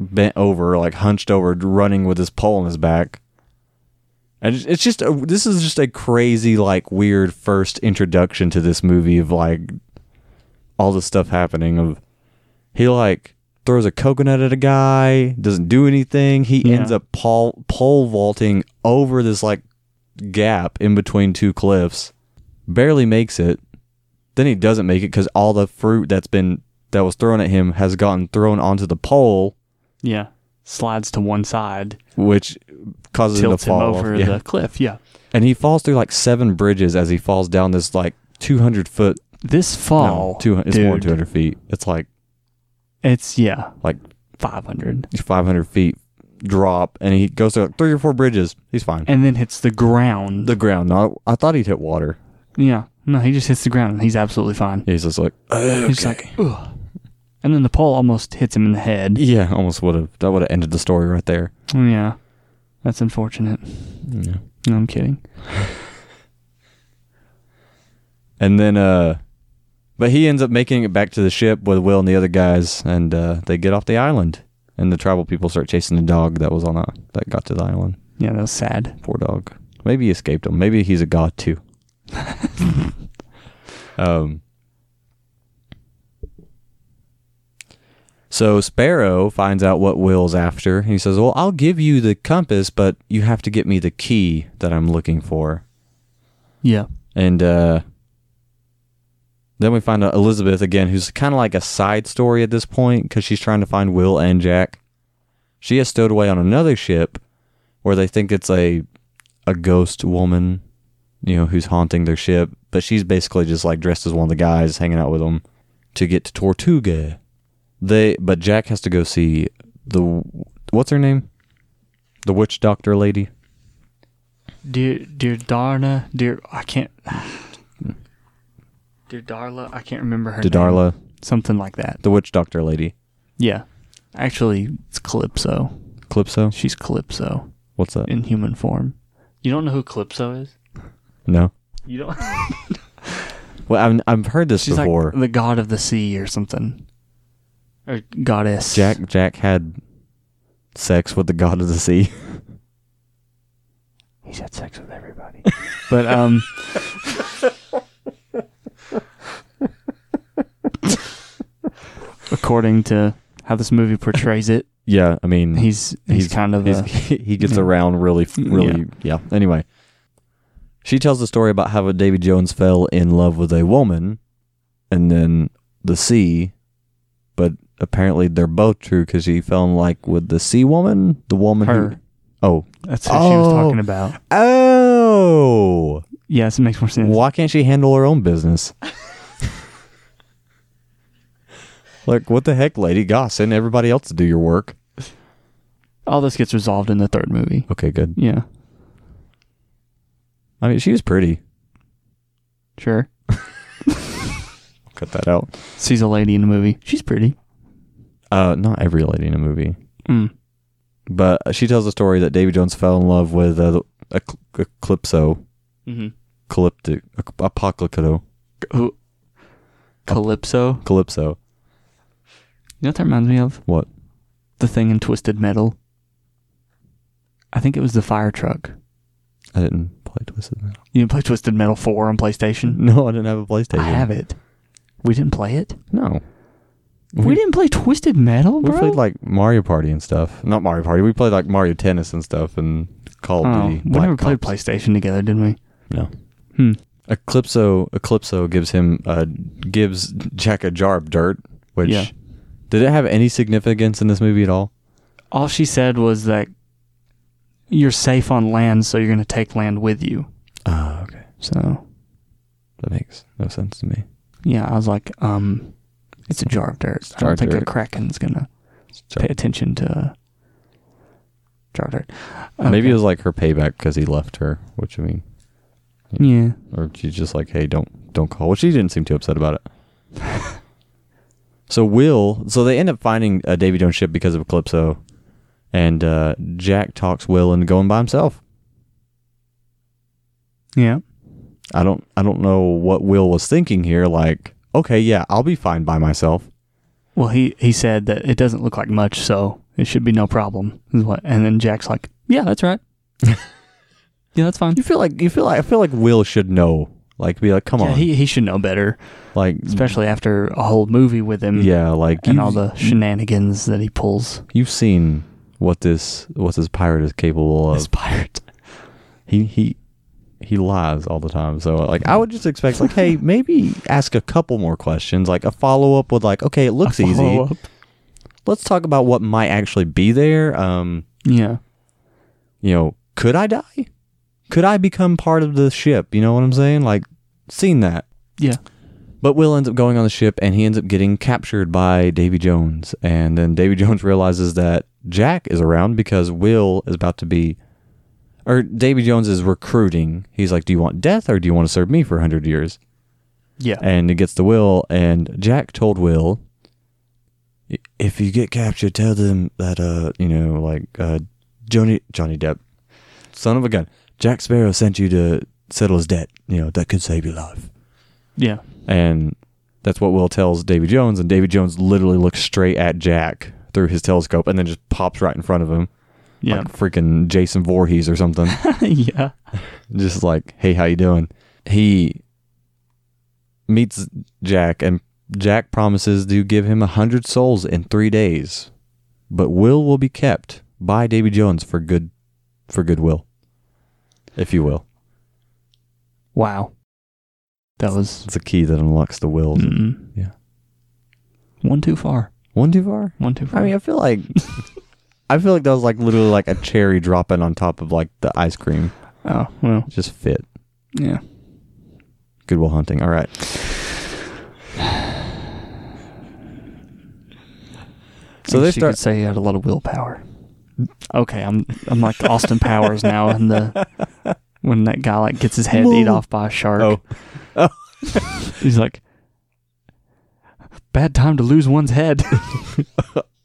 Speaker 1: bent over, like hunched over, running with his pole in his back. And it's- it's just a, this is just a crazy, like weird first introduction to this movie of like all this stuff happening of he like throws a coconut at a guy, doesn't do anything. He
Speaker 2: Yeah.
Speaker 1: ends up pole pole vaulting over this like gap in between two cliffs. Barely makes it. Then he doesn't make it cuz all the fruit that's been that was thrown at him has gotten thrown onto the pole,
Speaker 2: Yeah. Slides to one side,
Speaker 1: which causes him to
Speaker 2: tilts him
Speaker 1: fall off.
Speaker 2: over
Speaker 1: Yeah.
Speaker 2: the cliff. Yeah.
Speaker 1: And he falls through like seven bridges as he falls down this like 200 foot.
Speaker 2: This fall,
Speaker 1: no, 200, it's more than
Speaker 2: dude.
Speaker 1: 200 feet. It's like
Speaker 2: It's yeah,
Speaker 1: Like-
Speaker 2: 500,
Speaker 1: 500 feet drop. And he goes through like, three or four bridges. He's fine.
Speaker 2: and then hits the ground.
Speaker 1: the ground. No, I thought he'd hit water.
Speaker 2: yeah, no, he just hits the ground, and he's absolutely fine.
Speaker 1: He's just like, okay.
Speaker 2: He's like, ugh. And then the pole almost hits him in the head.
Speaker 1: yeah, almost would have. That would have ended the story right there.
Speaker 2: Yeah, that's unfortunate.
Speaker 1: Yeah.
Speaker 2: No, I'm kidding.
Speaker 1: And then, uh, but he ends up making it back to the ship with Will and the other guys, and uh, they get off the island. And the tribal people start chasing the dog that was on the, that got to the island.
Speaker 2: Yeah, that was sad.
Speaker 1: Poor dog. Maybe he escaped him. Maybe he's a god too. um. So Sparrow finds out what Will's after. He says, "Well, I'll give you the compass, but you have to get me the key that I'm looking for."
Speaker 2: Yeah,
Speaker 1: And uh, then we find out Elizabeth again, who's kind of like a side story at this point because she's trying to find Will and Jack. She has stowed away on another ship where they think it's a a ghost woman, you know, who's haunting their ship, but she's basically just like dressed as one of the guys hanging out with them to get to Tortuga. They but Jack has to go see the what's her name? The witch doctor lady.
Speaker 2: dear, dear Darna, dear, I can't. Dear Darla, I can't remember her name.
Speaker 1: Darla,
Speaker 2: Something like that.
Speaker 1: the witch doctor lady.
Speaker 2: Yeah. Actually, it's Calypso.
Speaker 1: Calypso?
Speaker 2: She's Calypso
Speaker 1: What's that?
Speaker 2: in human form. You don't know who Calypso is?
Speaker 1: No.
Speaker 2: You don't.
Speaker 1: Well, I've, I've heard this
Speaker 2: She's
Speaker 1: before.
Speaker 2: like the god of the sea or something, or goddess.
Speaker 1: Jack Jack had sex with the god of the sea.
Speaker 2: He's had sex with everybody. but um, according to how this movie portrays it,
Speaker 1: yeah, I mean,
Speaker 2: he's he's,
Speaker 1: Mm. He's-
Speaker 2: kind of
Speaker 1: he's-
Speaker 2: a
Speaker 1: he gets
Speaker 2: uh, yeah.
Speaker 1: around really, really, yeah. Anyway, she tells the story about how Davy Jones fell in love with a woman, and then the sea, but apparently they're both true because he fell in like with the sea woman, the woman
Speaker 2: her.
Speaker 1: who. Oh,
Speaker 2: That's who she was
Speaker 1: Oh.
Speaker 2: talking about.
Speaker 1: oh!
Speaker 2: Yes, it makes more sense.
Speaker 1: Why can't she handle her own business? like, what the heck, lady? Gosh, send everybody else to do your work.
Speaker 2: All this gets resolved in the third movie.
Speaker 1: Okay, good.
Speaker 2: Yeah,
Speaker 1: I mean, she was pretty.
Speaker 2: sure.
Speaker 1: Cut that out.
Speaker 2: Sees a lady in a movie. She's pretty.
Speaker 1: Uh, not every lady in a movie,
Speaker 2: Mm.
Speaker 1: but she tells the story that Davy Jones fell in love with uh, a Eclipso,
Speaker 2: Mm-hmm.
Speaker 1: Calyptic, Apocalypto,
Speaker 2: Who? Calypso.
Speaker 1: Calypso.
Speaker 2: You know what that reminds me of?
Speaker 1: What?
Speaker 2: The thing in Twisted Metal. I think it was the fire truck.
Speaker 1: I didn't play Twisted Metal.
Speaker 2: You didn't play Twisted Metal 4 on PlayStation?
Speaker 1: No, I didn't have a PlayStation.
Speaker 2: I have it. We didn't play it?
Speaker 1: No.
Speaker 2: We, didn't play Twisted Metal,
Speaker 1: We
Speaker 2: bro?
Speaker 1: played like Mario Party and stuff. Not Mario Party. We played like Mario Tennis and stuff and Call of
Speaker 2: oh,
Speaker 1: Duty.
Speaker 2: we
Speaker 1: Black
Speaker 2: never played
Speaker 1: Ops.
Speaker 2: PlayStation together, didn't we?
Speaker 1: No.
Speaker 2: Hmm.
Speaker 1: Eclipso Eclipso gives him uh gives Jack a jar of dirt, which
Speaker 2: Yeah.
Speaker 1: did it have any significance in this movie at all?
Speaker 2: All she said was that you're safe on land, so you're going to take land with you. Ah,
Speaker 1: Oh, okay.
Speaker 2: So,
Speaker 1: That makes no sense to me.
Speaker 2: yeah, I was like, um, it's a jar of dirt. I
Speaker 1: jar
Speaker 2: don't
Speaker 1: of
Speaker 2: think
Speaker 1: dirt.
Speaker 2: a Kraken's going to
Speaker 1: So-
Speaker 2: pay attention to uh, jar of dirt.
Speaker 1: Maybe
Speaker 2: Okay.
Speaker 1: it was like her payback because he left her, which I mean,
Speaker 2: Yeah.
Speaker 1: or she's just like, hey, don't don't call. Well, she didn't seem too upset about it. so Will, so they end up finding a Davy Jones ship because of Eclipso, and uh, Jack talks Will into going by himself.
Speaker 2: Yeah.
Speaker 1: I don't I don't know what Will was thinking here. Like, okay, yeah, I'll be fine by myself.
Speaker 2: Well, he he said that it doesn't look like much, so it should be no problem. Is what? And then Jack's like, "Yeah, that's right. yeah, that's fine."
Speaker 1: You feel like you feel like I feel like Will should know Like, be like, come
Speaker 2: yeah,
Speaker 1: on,
Speaker 2: he he should know better,
Speaker 1: like,
Speaker 2: especially after a whole movie with him
Speaker 1: yeah, like
Speaker 2: Mm-hmm. and
Speaker 1: you,
Speaker 2: all the shenanigans that he pulls.
Speaker 1: you've seen what this what this pirate is capable of.
Speaker 2: This pirate.
Speaker 1: he he he lies all the time. So like I would just expect like, hey, maybe ask a couple more questions, like a follow up with like, okay, it looks
Speaker 2: A
Speaker 1: easy.
Speaker 2: follow-up.
Speaker 1: Let's talk about what might actually be there. Um,
Speaker 2: Yeah.
Speaker 1: you know, could I die? Could I become part of the ship? You know what I'm saying? Like seen that.
Speaker 2: Yeah.
Speaker 1: But Will ends up going on the ship and he ends up getting captured by Davy Jones. And then Davy Jones realizes that Jack is around because Will is about to be, or Davy Jones is recruiting. He's like, Do you want death or do you want to serve me for 100 years?
Speaker 2: Yeah.
Speaker 1: And he gets to Will. And Jack told Will, If you get captured, tell them that, uh, you know, like, uh, Johnny, Johnny Depp, son of a gun, Jack Sparrow sent you to settle his debt. You know, that could save your life.
Speaker 2: Yeah.
Speaker 1: And that's what Will tells Davy Jones, and Davy Jones literally looks straight at Jack through his telescope and then just pops right in front of him.
Speaker 2: Yeah.
Speaker 1: Like freaking Jason Voorhees or something.
Speaker 2: yeah.
Speaker 1: just like, hey, how you doing? He meets Jack and Jack promises to give him a hundred souls in three days. But Will will be kept by Davy Jones for good for goodwill. If you will.
Speaker 2: Wow. That was
Speaker 1: It's a key that unlocks the will.
Speaker 2: mm
Speaker 1: Yeah.
Speaker 2: One too far.
Speaker 1: One too far?
Speaker 2: One too far.
Speaker 1: I mean, I feel like I feel like that was like literally like a cherry dropping on top of like the ice cream.
Speaker 2: oh well.
Speaker 1: Just fit.
Speaker 2: Yeah.
Speaker 1: Goodwill hunting. All right. So they
Speaker 2: I guess you
Speaker 1: start.
Speaker 2: could say he had a lot of willpower. Okay, I'm I'm like Austin Powers now in the when that guy like gets his head eat
Speaker 1: Whoa.
Speaker 2: off by a shark.
Speaker 1: Oh,
Speaker 2: He's like bad time to lose one's head.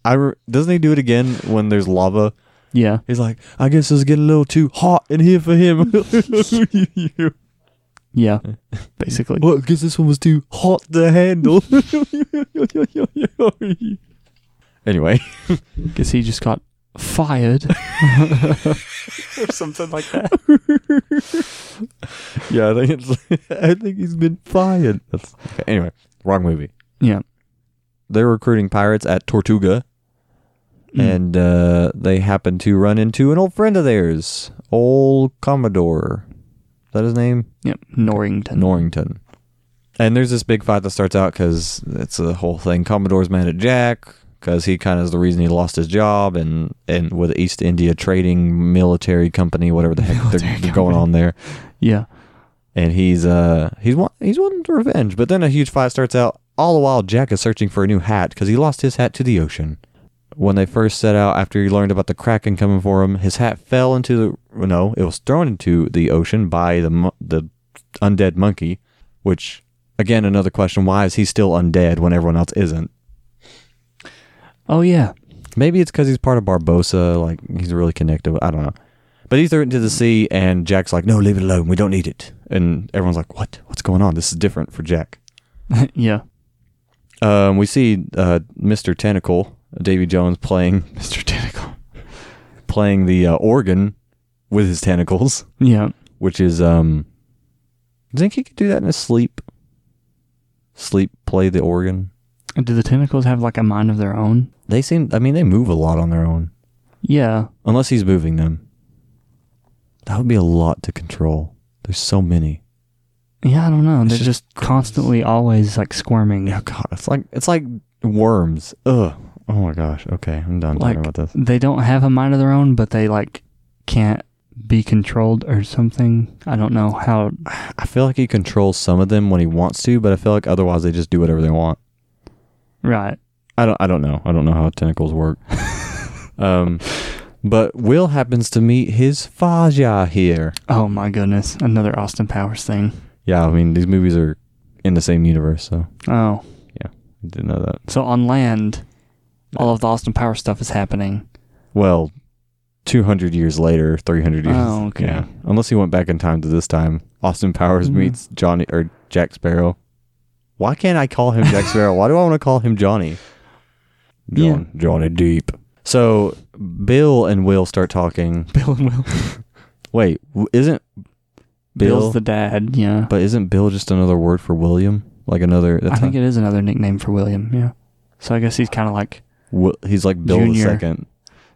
Speaker 1: I re- doesn't he do it again when there's lava?
Speaker 2: yeah.
Speaker 1: He's like, I guess it's getting a little too hot in here for him. well,
Speaker 2: Yeah. Basically.
Speaker 1: I guess this one was too hot to handle. anyway,
Speaker 2: Guess he just got fired. or something like that.
Speaker 1: yeah, I think it's. I think he's been fired. That's okay. Anyway, wrong movie.
Speaker 2: Yeah.
Speaker 1: They're recruiting pirates at Tortuga,
Speaker 2: Mm.
Speaker 1: and uh, they happen to run into an old friend of theirs, old Commodore. Is that his name?
Speaker 2: Yep. Norrington.
Speaker 1: Norrington. And there's this big fight that starts out because it's a whole thing. Commodore's mad at Jack because he kind of is the reason he lost his job, and and with East India Trading Military Company, whatever the heck they're,
Speaker 2: Military
Speaker 1: they're going
Speaker 2: company.
Speaker 1: on there
Speaker 2: yeah.
Speaker 1: and he's uh he's want, he's wanting revenge. But then a huge fight starts out. All the while, Jack is searching for a new hat because he lost his hat to the ocean. When they first set out, after he learned about the kraken coming for him, his hat fell into the no, it was thrown into the ocean by the mo- the undead monkey. Which again, another question: Why is he still undead when everyone else isn't?
Speaker 2: Oh yeah.
Speaker 1: Maybe it's because he's part of Barbosa. Like he's really connected. with- I don't know. But he threw it into the sea, and Jack's like, "No, leave it alone. We don't need it." And everyone's like, "What? What's going on? This is different for Jack."
Speaker 2: yeah.
Speaker 1: Um, we see uh, Mr. Tentacle, Davy Jones playing
Speaker 2: Mr. Tentacle.
Speaker 1: playing the uh, organ with his tentacles,
Speaker 2: Yeah.
Speaker 1: which is um. do you Think he could do that in his sleep. Sleep, play the organ.
Speaker 2: And do the tentacles have like a mind of their own?
Speaker 1: They seem. I mean, they move a lot on their own,
Speaker 2: Yeah.
Speaker 1: unless he's moving them. That would be a lot to control. There's so many.
Speaker 2: Yeah, I don't know. They're
Speaker 1: just
Speaker 2: just, constantly always like squirming.
Speaker 1: Yeah, God, it's like it's like worms. Ugh. Oh my gosh. Okay, I'm done
Speaker 2: Like-
Speaker 1: talking about this.
Speaker 2: They don't have a mind of their own, but they like can't be controlled or something. I don't know how.
Speaker 1: I feel like he controls some of them when he wants to, but I feel like otherwise they just do whatever they want.
Speaker 2: Right.
Speaker 1: I don't I don't know. I don't know how tentacles work. um but Will happens to meet his Faja here.
Speaker 2: Oh my goodness. Another Austin Powers thing.
Speaker 1: Yeah, I mean these movies are in the same universe, so
Speaker 2: Oh.
Speaker 1: I didn't know that.
Speaker 2: So on land, all of the Austin Powers stuff is happening.
Speaker 1: Well, 200 years later, 300 years.
Speaker 2: Oh, okay. Mm-hmm.
Speaker 1: Yeah. Unless he went back in time to this time. Austin Powers
Speaker 2: Yeah.
Speaker 1: meets Johnny or Jack Sparrow. Why can't I call him Jack Sparrow? Why do I want to call him Johnny? John, Johnny Deep. So Bill and Will start talking.
Speaker 2: Bill and Will.
Speaker 1: Wait, w- isn't Bill.
Speaker 2: Bill's the dad. Yeah,
Speaker 1: but isn't Bill just another word for William? Like another. That's
Speaker 2: I think
Speaker 1: not-
Speaker 2: it is another nickname for William. Yeah, so I guess he's kind of like
Speaker 1: Wi- he's like Bill the
Speaker 2: Junior.
Speaker 1: second.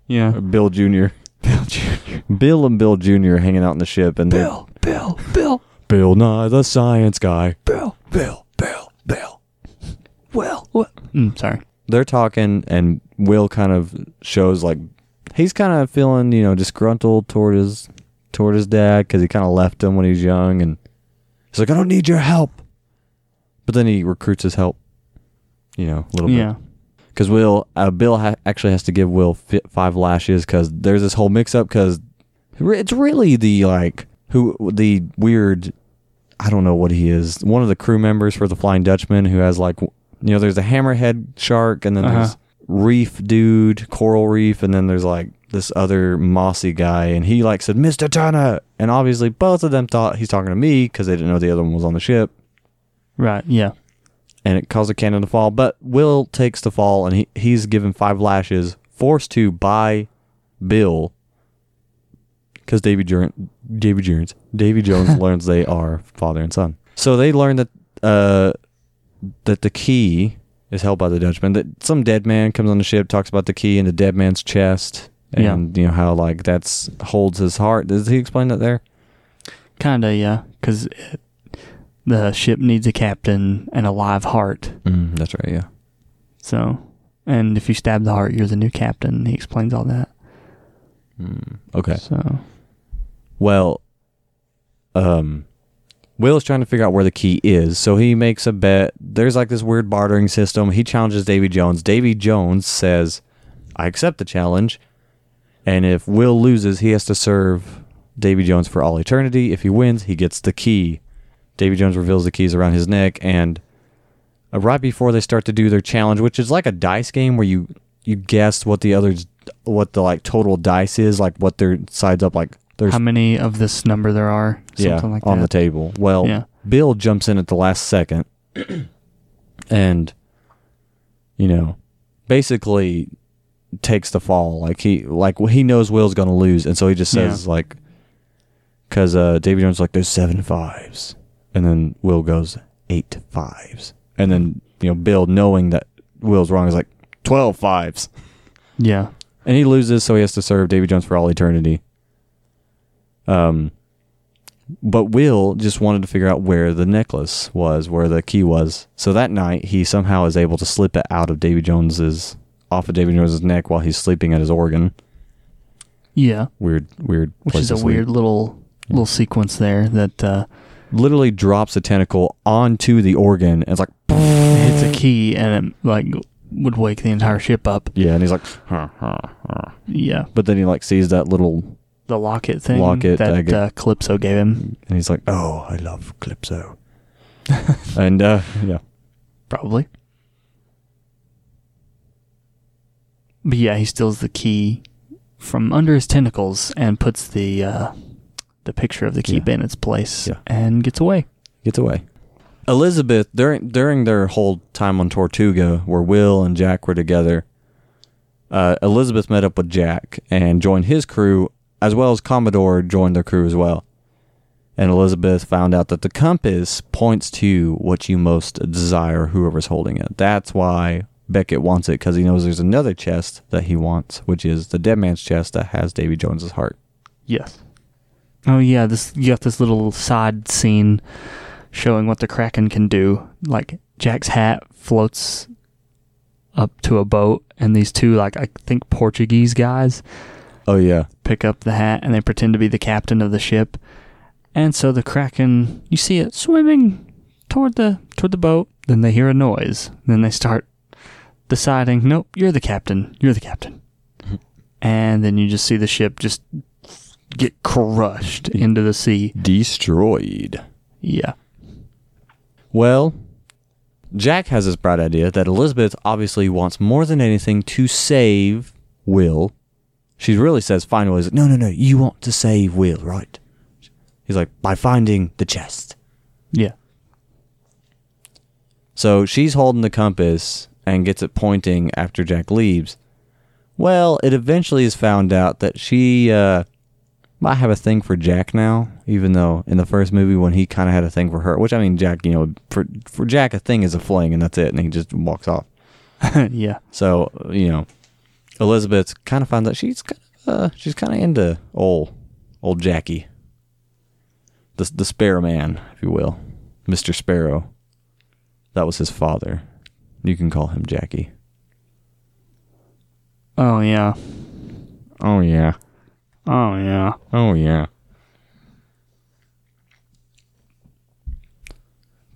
Speaker 2: yeah,
Speaker 1: Or Bill Junior.
Speaker 2: Bill Junior.
Speaker 1: Bill and Bill Junior hanging out in the ship, and they're
Speaker 2: Bill, Bill, Bill,
Speaker 1: Bill Nye the Science Guy.
Speaker 2: Bill, Bill, Bill, Bill. Well, what? Mm, sorry.
Speaker 1: They're talking, and Will kind of shows like he's kind of feeling you know disgruntled toward his toward his dad because he kind of left him when he was young, and he's like, I don't need your help. But then he recruits his help, you know, a little bit.
Speaker 2: Yeah,
Speaker 1: because Will uh, Bill ha- actually has to give Will fi- five lashes because there's this whole mix up because it's really the like who the weird I don't know what he is one of the crew members for the Flying Dutchman who has like w- you know there's a hammerhead shark and then there's
Speaker 2: Uh-huh.
Speaker 1: reef dude coral reef and then there's like this other mossy guy and he like said Mr. Turner and obviously both of them thought he's talking to me because they didn't know the other one was on the ship
Speaker 2: right. Yeah,
Speaker 1: and it caused the cannon to fall. But Will takes the fall, and he, he's given five lashes, forced to by Bill, because Davy Jones, Davy Jones, Davy Jones learns they are father and son. So they learn that uh, that the key is held by the Dutchman. That some dead man comes on the ship, talks about the key in the dead man's chest,
Speaker 2: Yeah.
Speaker 1: and you know how like that's holds his heart. Does he explain that there?
Speaker 2: kinda. Yeah, because the ship needs a captain and a live heart.
Speaker 1: Mm, that's right. Yeah.
Speaker 2: So, and if you stab the heart, you're the new captain. He explains all that.
Speaker 1: Okay.
Speaker 2: So,
Speaker 1: Well, um, Will's trying to figure out where the key is, so he makes a bet. There's like this weird bartering system. He challenges Davy Jones. Davy Jones says, "I accept the challenge," and if Will loses, he has to serve Davy Jones for all eternity. If he wins, he gets the key. Davy Jones reveals the keys around his neck, and uh, right before they start to do their challenge, which is like a dice game where you you guess what the others what the like total dice is, like what their sides up like. There's
Speaker 2: how many of this number there are? Something like
Speaker 1: on the
Speaker 2: that.
Speaker 1: table. Well,
Speaker 2: Yeah.
Speaker 1: Bill jumps in at the last second, and you know, basically takes the fall. Like he, like he knows Will's gonna lose, and so he just says like, because uh, Davy Jones is like there's seven fives, and then Will goes eight fives, and then you know Bill knowing that Will's wrong is like twelve fives,
Speaker 2: yeah.
Speaker 1: and he loses, so he has to serve Davy Jones for all eternity. Um, but Will just wanted to figure out where the necklace was, where the key was. So that night, he somehow is able to slip it out of Davy Jones's off of Davy Jones's neck while he's sleeping at his organ.
Speaker 2: Yeah.
Speaker 1: Weird, weird.
Speaker 2: Which
Speaker 1: place
Speaker 2: is
Speaker 1: to
Speaker 2: a
Speaker 1: sleep.
Speaker 2: weird little little sequence there that uh,
Speaker 1: Literally drops a tentacle onto the organ, and it's like,
Speaker 2: hits a key and it like would wake the entire ship up.
Speaker 1: yeah, and he's like,
Speaker 2: Yeah.
Speaker 1: but then he like sees that little,
Speaker 2: The locket thing
Speaker 1: Locket, I
Speaker 2: that
Speaker 1: get-
Speaker 2: uh, Calypso gave him.
Speaker 1: and he's like, oh, I love Calypso, and uh, yeah,
Speaker 2: Probably. But yeah, he steals the key from under his tentacles and puts the uh, the picture of the key
Speaker 1: Yeah.
Speaker 2: in its place
Speaker 1: Yeah.
Speaker 2: and gets away.
Speaker 1: gets away. Elizabeth during during their whole time on Tortuga, where Will and Jack were together, uh, Elizabeth met up with Jack and joined his crew, as well as Commodore joined their crew as well. And Elizabeth found out that the compass points to what you most desire, whoever's holding it. That's why Beckett wants it because he knows there's another chest that he wants, which is the dead man's chest that has Davy Jones's heart.
Speaker 2: Yes. Oh yeah, this you got this little side scene showing what the Kraken can do. Like Jack's hat floats up to a boat and these two like I think Portuguese guys
Speaker 1: Oh yeah,
Speaker 2: pick up the hat and they pretend to be the captain of the ship. And so the Kraken, you see it swimming toward the toward the boat. Then they hear a noise. Then they start deciding, nope, you're the captain. You're the captain. and then you just see the ship just get crushed into the sea.
Speaker 1: destroyed.
Speaker 2: Yeah.
Speaker 1: Well, Jack has this bright idea that Elizabeth obviously wants more than anything to save Will. She really says finally, Will's like, no, no, no, you want to save Will, right? He's like, by finding the chest.
Speaker 2: Yeah.
Speaker 1: So she's holding the compass and gets it pointing after Jack leaves. Well, it eventually is found out that she uh, I have a thing for Jack now, even though in the first movie when he kind of had a thing for her, which I mean, Jack, you know, for for Jack, a thing is a fling, and that's it, and he just walks off.
Speaker 2: yeah.
Speaker 1: So you know, Elizabeth kind of finds out she's kind of uh, she's kind of into old old Jackie, the the Sparrow Man, if you will, Mister Sparrow. That was his father. You can call him Jackie.
Speaker 2: Oh yeah.
Speaker 1: Oh yeah.
Speaker 2: Oh yeah.
Speaker 1: Oh yeah.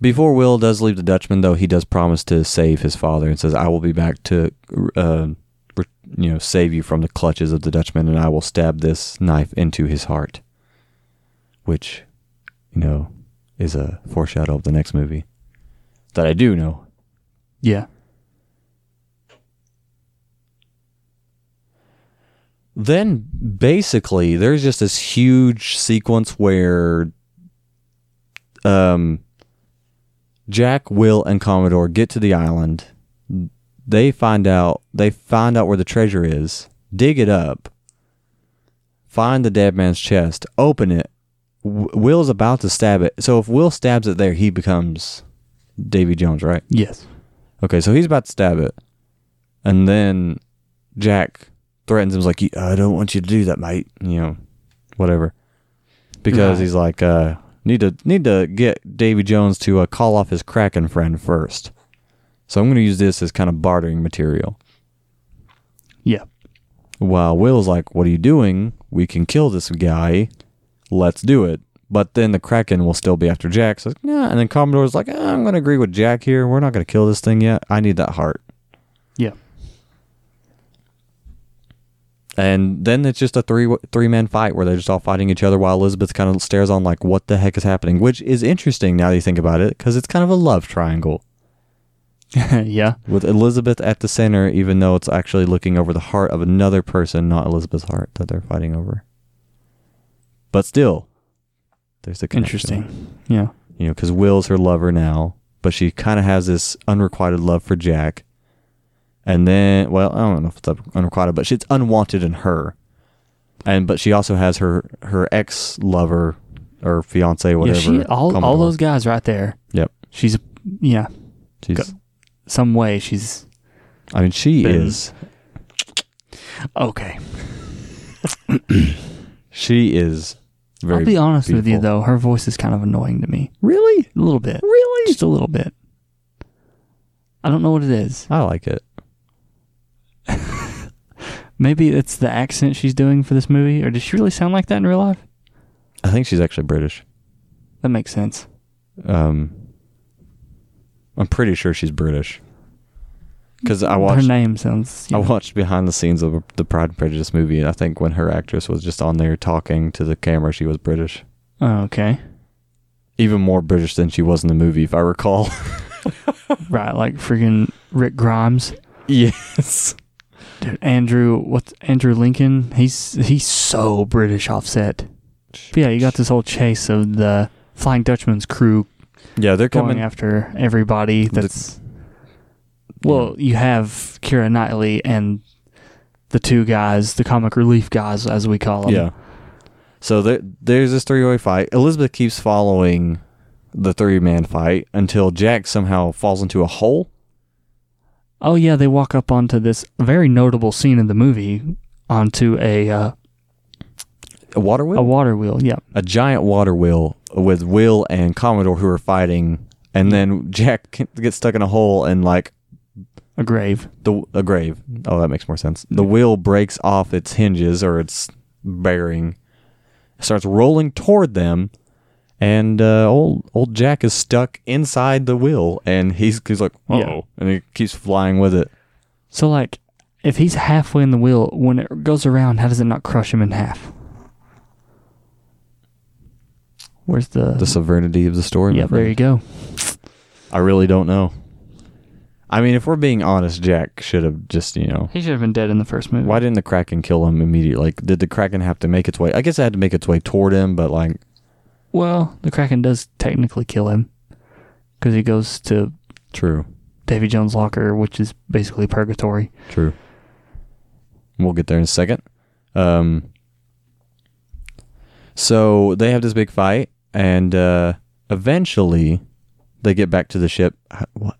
Speaker 1: Before Will does leave the Dutchman, though, he does promise to save his father and says, "I will be back to, uh, re- you know, save you from the clutches of the Dutchman, and I will stab this knife into his heart," which, you know, is a foreshadow of the next movie that I do know.
Speaker 2: Yeah.
Speaker 1: Then basically, there's just this huge sequence where, um, Jack, Will, and Commodore get to the island. They find out they find out where the treasure is, dig it up, find the dead man's chest, open it. W- Will's about to stab it. So if Will stabs it there, he becomes Davy Jones, right?
Speaker 2: Yes.
Speaker 1: Okay, so he's about to stab it. And then Jack threatens him, he's like, "You- I don't want you to do that, mate. You know, whatever. Because
Speaker 2: Right.
Speaker 1: he's like, uh, need to need to get Davy Jones to uh, call off his Kraken friend first. So I'm going to use this as kind of bartering material.
Speaker 2: Yeah.
Speaker 1: While Will's like, What are you doing? We can kill this guy. Let's do it. But then the Kraken will still be after Jack. So, yeah. And then Commodore's like, "Ah, I'm going to agree with Jack here. We're not going to kill this thing yet. I need that heart.
Speaker 2: Yeah.
Speaker 1: And then it's just a three three man fight where they're just all fighting each other while Elizabeth kind of stares on like what the heck is happening, which is interesting now that you think about it because it's kind of a love triangle
Speaker 2: yeah.
Speaker 1: with Elizabeth at the center, even though it's actually looking over the heart of another person, not Elizabeth's heart that they're fighting over. But still, there's the connection.
Speaker 2: Interesting. Yeah.
Speaker 1: you know, because Will's her lover now, but she kind of has this unrequited love for Jack. And then, well, I don't know if it's unrequited, but it's unwanted in her. And but she also has her her ex lover or fiance, whatever.
Speaker 2: yeah. She all all
Speaker 1: Commodore.
Speaker 2: those guys right there.
Speaker 1: Yep.
Speaker 2: She's yeah.
Speaker 1: She's,
Speaker 2: Some way she's
Speaker 1: I mean, she
Speaker 2: Been-
Speaker 1: is.
Speaker 2: okay.
Speaker 1: She is. Very
Speaker 2: I'll be honest with you
Speaker 1: beautiful.
Speaker 2: though, her voice is kind of annoying to me.
Speaker 1: Really,
Speaker 2: A little bit.
Speaker 1: really.
Speaker 2: Just a little bit. I don't know what it is.
Speaker 1: I like it.
Speaker 2: Maybe it's the accent she's doing for this movie, or does she really sound like that in real life?
Speaker 1: I think she's actually British.
Speaker 2: That makes sense.
Speaker 1: Um, I'm pretty sure she's British. Because I watched
Speaker 2: Her name sounds.
Speaker 1: I
Speaker 2: yeah.
Speaker 1: watched behind the scenes of the Pride and Prejudice movie, and I think when her actress was just on there talking to the camera, she was British.
Speaker 2: Oh, okay.
Speaker 1: Even more British than she was in the movie, if I recall.
Speaker 2: Right, like freaking Rick Grimes,
Speaker 1: yes.
Speaker 2: dude. Andrew, what's Andrew Lincoln? He's he's so British offset. But yeah, you got this whole chase of the Flying Dutchman's crew
Speaker 1: Yeah, they're
Speaker 2: going
Speaker 1: coming.
Speaker 2: after everybody. That's well, you have Kira Knightley and the two guys, the comic relief guys, as we call them.
Speaker 1: yeah. So there, there's this three way fight. Elizabeth keeps following the three man fight until Jack somehow falls into a hole.
Speaker 2: Oh yeah, they walk up onto this very notable scene in the movie, onto a uh,
Speaker 1: A water wheel?
Speaker 2: a water wheel. Yeah,
Speaker 1: a giant water wheel with Will and Commodore who are fighting, and then Jack gets stuck in a hole and like
Speaker 2: a grave.
Speaker 1: the a grave. Oh, that makes more sense. The wheel breaks off its hinges or its bearing, starts rolling toward them, and uh, old old Jack is stuck inside the wheel, and he's he's like, oh,
Speaker 2: Yeah.
Speaker 1: and he keeps flying with it.
Speaker 2: So like, if he's halfway in the wheel, when it goes around, how does it not crush him in half? Where's the?
Speaker 1: The sovereignty of the story. my
Speaker 2: yeah, there
Speaker 1: friend.
Speaker 2: you go.
Speaker 1: I really don't know. I mean, if we're being honest, Jack should have just you know.
Speaker 2: He should have been dead in the first movie.
Speaker 1: Why didn't the Kraken kill him immediately? Like, did the Kraken have to make its way? I guess it had to make its way toward him, but like,
Speaker 2: Well, the Kraken does technically kill him, because he goes to
Speaker 1: true,
Speaker 2: Davy Jones' locker, which is basically purgatory.
Speaker 1: true. We'll get there in a second. Um, So they have this big fight, and uh, eventually they get back to the ship. How, what?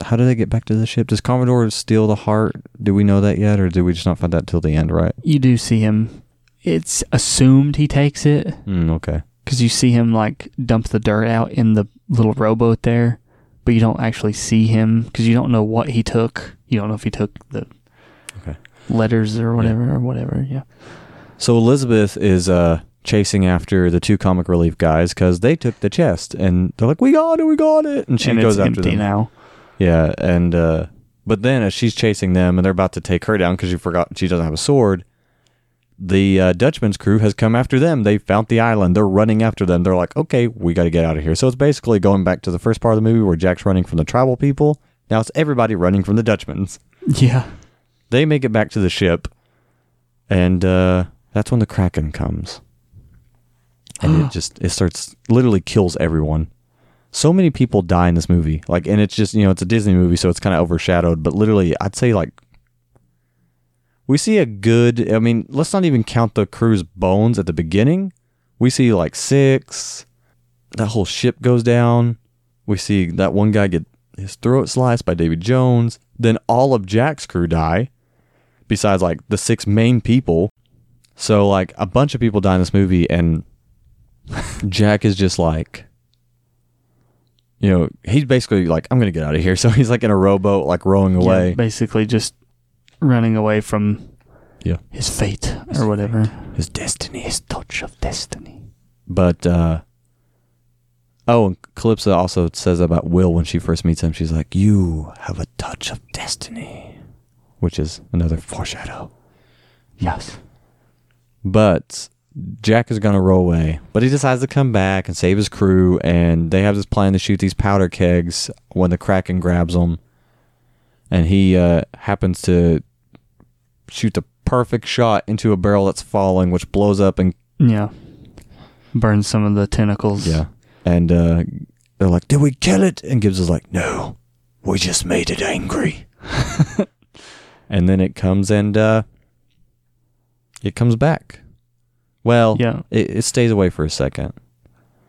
Speaker 1: How do they get back to the ship? Does Commodore steal the heart? Do we know that yet, or do we just not find that till the end? Right?
Speaker 2: You do see him. It's assumed he takes it
Speaker 1: Mm, okay.
Speaker 2: because you see him like dump the dirt out in the little rowboat there, but you don't actually see him because you don't know what he took. You don't know if he took the
Speaker 1: Okay.
Speaker 2: letters or whatever or whatever. Yeah.
Speaker 1: So Elizabeth is uh, chasing after the two comic relief guys because they took the chest, and they're like, "We got it, we got it!" And she
Speaker 2: and
Speaker 1: goes
Speaker 2: it's
Speaker 1: after
Speaker 2: empty
Speaker 1: them.
Speaker 2: now.
Speaker 1: Yeah, and uh, but then as she's chasing them and they're about to take her down because she forgot she doesn't have a sword, the uh, Dutchman's crew has come after them. They found the island. They're running after them. They're like, okay, we got to get out of here. So it's basically going back to the first part of the movie where Jack's running from the tribal people. Now it's everybody running from the Dutchmans.
Speaker 2: Yeah.
Speaker 1: They make it back to the ship, and uh, that's when the Kraken comes, and it just it starts literally kills everyone. So many people die in this movie, like, and it's just you know it's a Disney movie, so it's kind of overshadowed. But literally, I'd say like we see a good. I mean, let's not even count the crew's bones at the beginning. We see like six. That whole ship goes down. We see that one guy get his throat sliced by David Jones. Then all of Jack's crew die besides like the six main people. So like a bunch of people die in this movie, and Jack is just like, you know, he's basically like, I'm gonna get out of here. So he's like in a rowboat, like rowing
Speaker 2: Yeah,
Speaker 1: away.
Speaker 2: basically just running away from
Speaker 1: Yeah.
Speaker 2: his fate or whatever.
Speaker 1: His destiny.
Speaker 2: His touch of destiny.
Speaker 1: But uh, oh, and Calypso also says about Will when she first meets him. She's like, "You have a touch of destiny," which is another foreshadow.
Speaker 2: Yes.
Speaker 1: But Jack is going to roll away. But he decides to come back and save his crew. And they have this plan to shoot these powder kegs when the Kraken grabs them. And he uh, happens to shoot the perfect shot into a barrel that's falling, which blows up and.
Speaker 2: Yeah. Burn some of the tentacles.
Speaker 1: And uh, they're like, Did we kill it? And Gibbs is like, No, we just made it angry. and then it comes and uh, it comes back. Well,
Speaker 2: Yeah.
Speaker 1: it, it stays away for a second.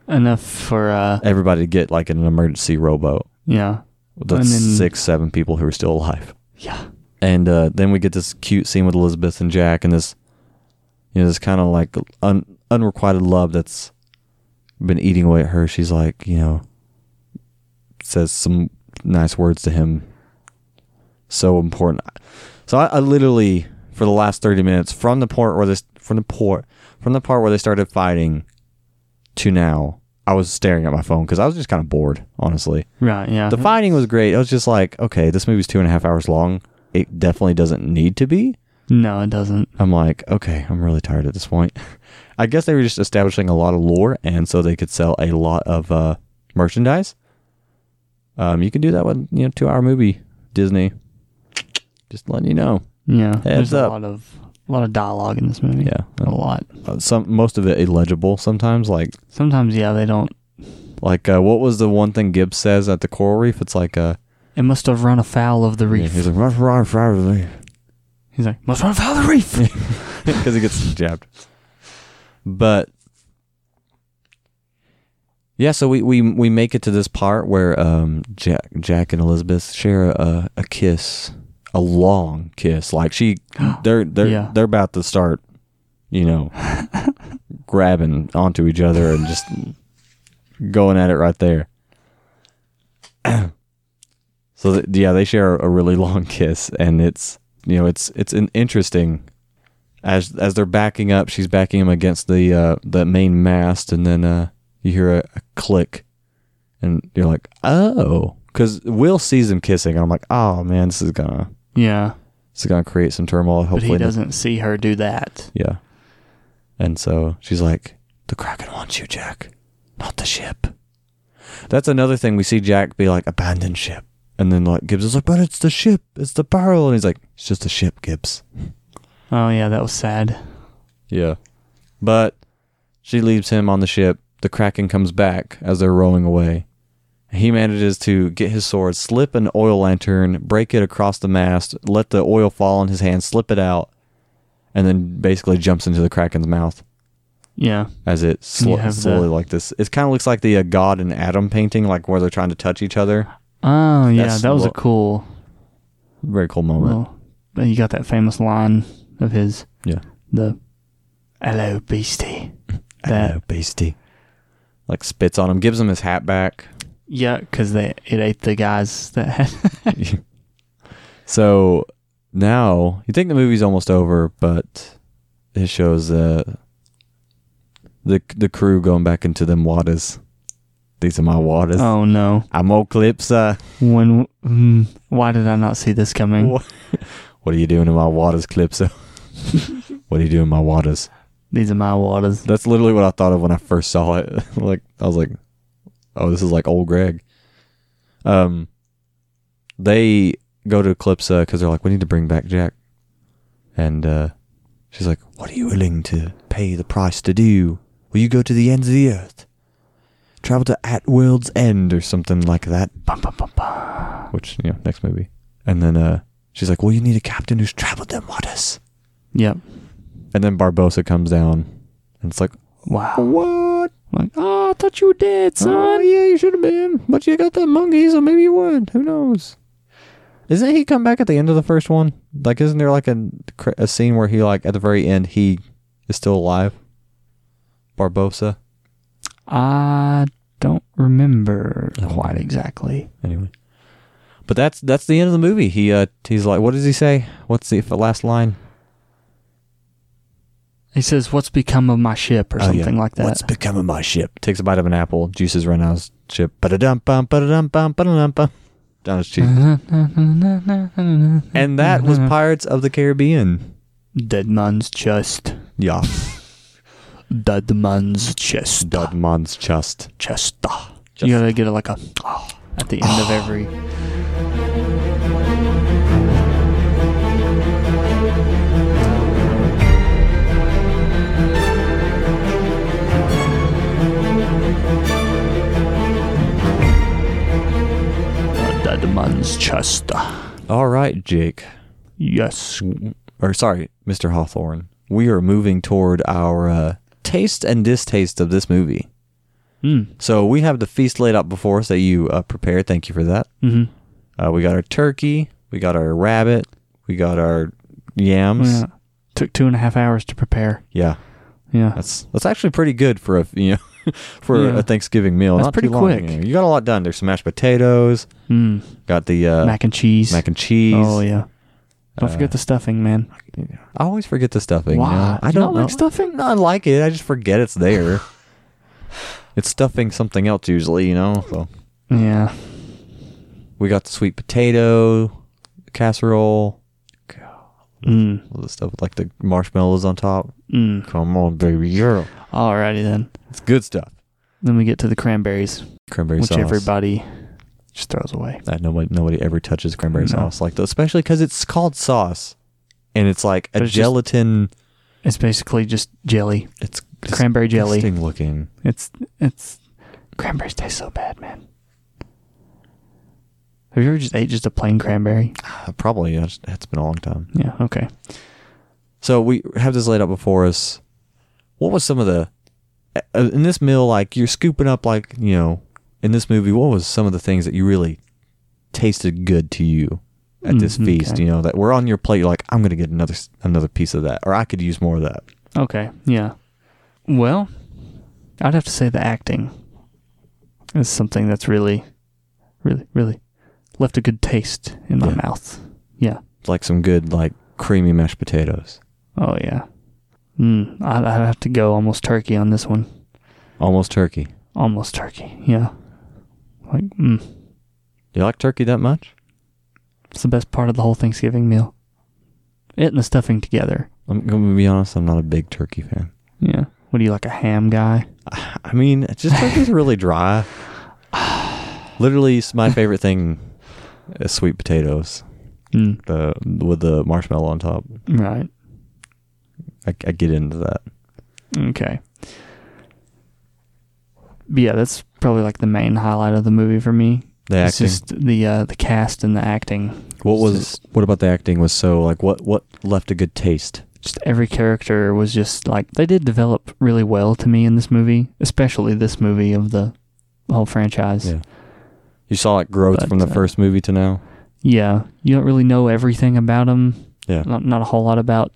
Speaker 2: Enough for uh
Speaker 1: Everybody to get like an emergency rowboat.
Speaker 2: yeah.
Speaker 1: That's
Speaker 2: And then-
Speaker 1: six, seven people who are still alive.
Speaker 2: Yeah.
Speaker 1: And uh, then we get this cute scene with Elizabeth and Jack, and this, you know, this kind of like un- unrequited love that's been eating away at her. She's like, you know, says some nice words to him. So important. So I, I literally, for the last thirty minutes, from the point where this, from the port, from the part where they started fighting, to now, I was staring at my phone because I was just kind of bored, honestly.
Speaker 2: Right, yeah.
Speaker 1: The fighting was great. It was just like, okay, this movie's two and a half hours long. It definitely doesn't need to be.
Speaker 2: no, it doesn't.
Speaker 1: I'm like, okay, I'm really tired at this point. I guess they were just establishing a lot of lore, and so they could sell a lot of uh, merchandise. Um, you can do that with you know two hour movie Disney. Just letting you know.
Speaker 2: Yeah. There's
Speaker 1: up.
Speaker 2: a lot of a lot of dialogue in this movie.
Speaker 1: Yeah,
Speaker 2: A lot.
Speaker 1: Uh, some most of it illegible sometimes. Like
Speaker 2: Sometimes yeah, they don't
Speaker 1: like uh, what was the one thing Gibbs says at the coral reef? It's like uh,
Speaker 2: it must have run afoul of the reef.
Speaker 1: he's like "Ruff, ruff, ruff, ruff."
Speaker 2: He's like, Must run afoul of the reef.
Speaker 1: because he gets jabbed. But yeah, so we, we we make it to this part where um Jack Jack and Elizabeth share a, a kiss, a long kiss. Like she, they're they're
Speaker 2: Yeah.
Speaker 1: they're about to start, you know, grabbing onto each other and just going at it right there. so th- yeah, they share a really long kiss, and it's you know it's it's an interesting as as they're backing up, she's backing him against the uh, the main mast, and then uh, you hear a, a click, and you're like, oh, because Will sees them kissing, and I'm like, oh man, this is gonna
Speaker 2: yeah.
Speaker 1: this is gonna create some turmoil.
Speaker 2: But
Speaker 1: Hopefully,
Speaker 2: he
Speaker 1: it doesn't-
Speaker 2: doesn't see her do that.
Speaker 1: yeah. And so she's like, the Kraken wants you, Jack, not the ship. That's another thing we see Jack be like, abandon ship, and then like Gibbs is like, but it's the ship, it's the barrel, and he's like, it's just a ship, Gibbs.
Speaker 2: Oh yeah, that was sad.
Speaker 1: Yeah. But she leaves him on the ship. The Kraken comes back as they're rowing away. He manages to get his sword, slip an oil lantern, break it across the mast, let the oil fall in his hand, slip it out, and then basically jumps into the Kraken's mouth.
Speaker 2: Yeah.
Speaker 1: as it sl-
Speaker 2: You have the-
Speaker 1: slowly like this. It kind of looks like the uh, God and Adam painting, like where they're trying to touch each other.
Speaker 2: Oh yeah,
Speaker 1: That's
Speaker 2: that was a
Speaker 1: what-
Speaker 2: cool.
Speaker 1: Very cool moment.
Speaker 2: Well, then you got that famous line of his.
Speaker 1: Yeah.
Speaker 2: The hello beastie.
Speaker 1: I
Speaker 2: That
Speaker 1: know, beastie. Like spits on him, gives him his hat back.
Speaker 2: yeah, because they it ate the guys that had.
Speaker 1: so now you think the movie's almost over, but it shows uh, the the crew going back into them waters. These are my waters.
Speaker 2: oh no!
Speaker 1: I'm Oclipsa.
Speaker 2: When mm, why did I not see this coming?
Speaker 1: What? What are you doing in my waters, Clipsa? what are you doing in my waters?
Speaker 2: These are my waters.
Speaker 1: That's literally what I thought of when I first saw it. like I was like, "Oh, this is like old Greg." Um, they go to Eclipsa because they're like, "We need to bring back Jack," and uh, she's like, "What are you willing to pay the price to do? Will you go to the ends of the earth, travel to at world's end, or something like that?"
Speaker 2: Bum, bum, bum, bum.
Speaker 1: Which you know, next movie. And then uh, she's like, "Well, you need a captain who's traveled them waters."
Speaker 2: Yep.
Speaker 1: And then Barbosa comes down, and it's like,
Speaker 2: Wow.
Speaker 1: "What?"
Speaker 2: Like oh, I thought you were dead, son.
Speaker 1: Oh yeah, you should have been, but you got that monkey, so maybe you would. Who knows? Isn't he come back at the end of the first one? Like, isn't there like a cr- a scene where he like at the very end he is still alive? Barbosa.
Speaker 2: I don't remember
Speaker 1: Oh,
Speaker 2: quite exactly.
Speaker 1: Anyway, but that's that's the end of the movie. He uh he's like, what does he say? What's the f- last line?
Speaker 2: He says, "What's become of my ship?" or
Speaker 1: Oh, yeah.
Speaker 2: something like that.
Speaker 1: What's become of my ship? Takes a bite of an apple. Juices run out of his ship. Ba dum bum, ba dum bum, ba dum bum. Down his cheek. and that was Pirates of the Caribbean.
Speaker 2: Dead man's chest.
Speaker 1: Yeah.
Speaker 2: Dead man's chest.
Speaker 1: Dudman's chest.
Speaker 2: Chest. You gotta get it like a at the end of every. Dead man's chest.
Speaker 1: All right, Jake.
Speaker 2: Yes.
Speaker 1: Or sorry, Mr. Hawthorne. We are moving toward our uh, taste and distaste of this movie.
Speaker 2: Hmm.
Speaker 1: So we have the feast laid out before us that you uh, prepared. Thank you for that.
Speaker 2: Mm-hmm.
Speaker 1: Uh, we got our turkey. We got our rabbit. We got our yams.
Speaker 2: Oh, Yeah. Took two and a half hours to prepare.
Speaker 1: Yeah,
Speaker 2: Yeah.
Speaker 1: that's that's actually pretty good for a you know for
Speaker 2: Yeah.
Speaker 1: a Thanksgiving meal.
Speaker 2: That's
Speaker 1: Not
Speaker 2: pretty
Speaker 1: too long,
Speaker 2: quick.
Speaker 1: You, know. You got a lot done. There's some mashed potatoes.
Speaker 2: mm.
Speaker 1: Got the uh, mac,
Speaker 2: mac and cheese. Uh,
Speaker 1: and cheese.
Speaker 2: Oh yeah. Don't forget the stuffing, man.
Speaker 1: I always forget the stuffing. you
Speaker 2: Why?
Speaker 1: know? I
Speaker 2: You
Speaker 1: don't
Speaker 2: don't like
Speaker 1: know.
Speaker 2: stuffing?
Speaker 1: No, I like it. I just forget it's there. it's stuffing something else usually, you know. So
Speaker 2: Yeah.
Speaker 1: we got the sweet potato casserole,
Speaker 2: Mm.
Speaker 1: all the stuff with, like the marshmallows on top.
Speaker 2: Mm.
Speaker 1: Come on, baby girl,
Speaker 2: Alrighty then.
Speaker 1: it's good stuff.
Speaker 2: Then we get to the cranberries,
Speaker 1: Cranberry
Speaker 2: which
Speaker 1: sauce.
Speaker 2: everybody just throws away.
Speaker 1: that nobody nobody ever touches cranberry
Speaker 2: No.
Speaker 1: sauce like that, especially because it's called sauce, and it's like a
Speaker 2: But it's just
Speaker 1: gelatin.
Speaker 2: It's basically just jelly,
Speaker 1: It's
Speaker 2: cranberry jelly.
Speaker 1: disgusting looking.
Speaker 2: It's it's cranberries taste so bad, man. Have you ever just ate just a plain cranberry?
Speaker 1: Probably uh, it's been a long time.
Speaker 2: Yeah. Okay.
Speaker 1: So we have this laid out before us. What was some of the uh, in this meal? Like you're scooping up, like you know, in this movie, what was some of the things that you really tasted good to you at this
Speaker 2: Mm,
Speaker 1: feast?
Speaker 2: okay.
Speaker 1: You know, that were on your plate. You're like, I'm gonna get another s- another piece of that, or I could use more of that.
Speaker 2: Okay. Yeah. Well, I'd have to say the acting is something that's really, really, really left a good taste in my
Speaker 1: Yeah.
Speaker 2: mouth. Yeah.
Speaker 1: Like some good, like creamy mashed potatoes,
Speaker 2: Oh yeah. Mm, I'd, I'd have to go almost turkey on this one.
Speaker 1: almost turkey.
Speaker 2: Almost turkey. Yeah. Like, mm,
Speaker 1: Do you like turkey that much?
Speaker 2: it's the best part of the whole Thanksgiving meal. It and the stuffing together.
Speaker 1: I'm gonna be honest. I'm not a big turkey fan.
Speaker 2: Yeah. What do you like, a ham guy?
Speaker 1: I mean, it's just turkey's really dry. Literally, s- my favorite thing is sweet potatoes.
Speaker 2: Mm,
Speaker 1: the with the marshmallow on top.
Speaker 2: right.
Speaker 1: I, I get into that.
Speaker 2: Okay. But yeah, that's probably like the main highlight of the movie for me.
Speaker 1: The
Speaker 2: it's
Speaker 1: acting.
Speaker 2: just the uh, the cast and the acting.
Speaker 1: what
Speaker 2: it's
Speaker 1: was
Speaker 2: just-
Speaker 1: what about the acting was so like what what left a good taste?
Speaker 2: just every character was just like they did develop really well to me in this movie, especially this movie of the whole franchise.
Speaker 1: Yeah. You saw like growth
Speaker 2: But,
Speaker 1: from the
Speaker 2: uh,
Speaker 1: first movie to now.
Speaker 2: Yeah, you don't really know everything about them.
Speaker 1: Yeah.
Speaker 2: Not, not a whole lot about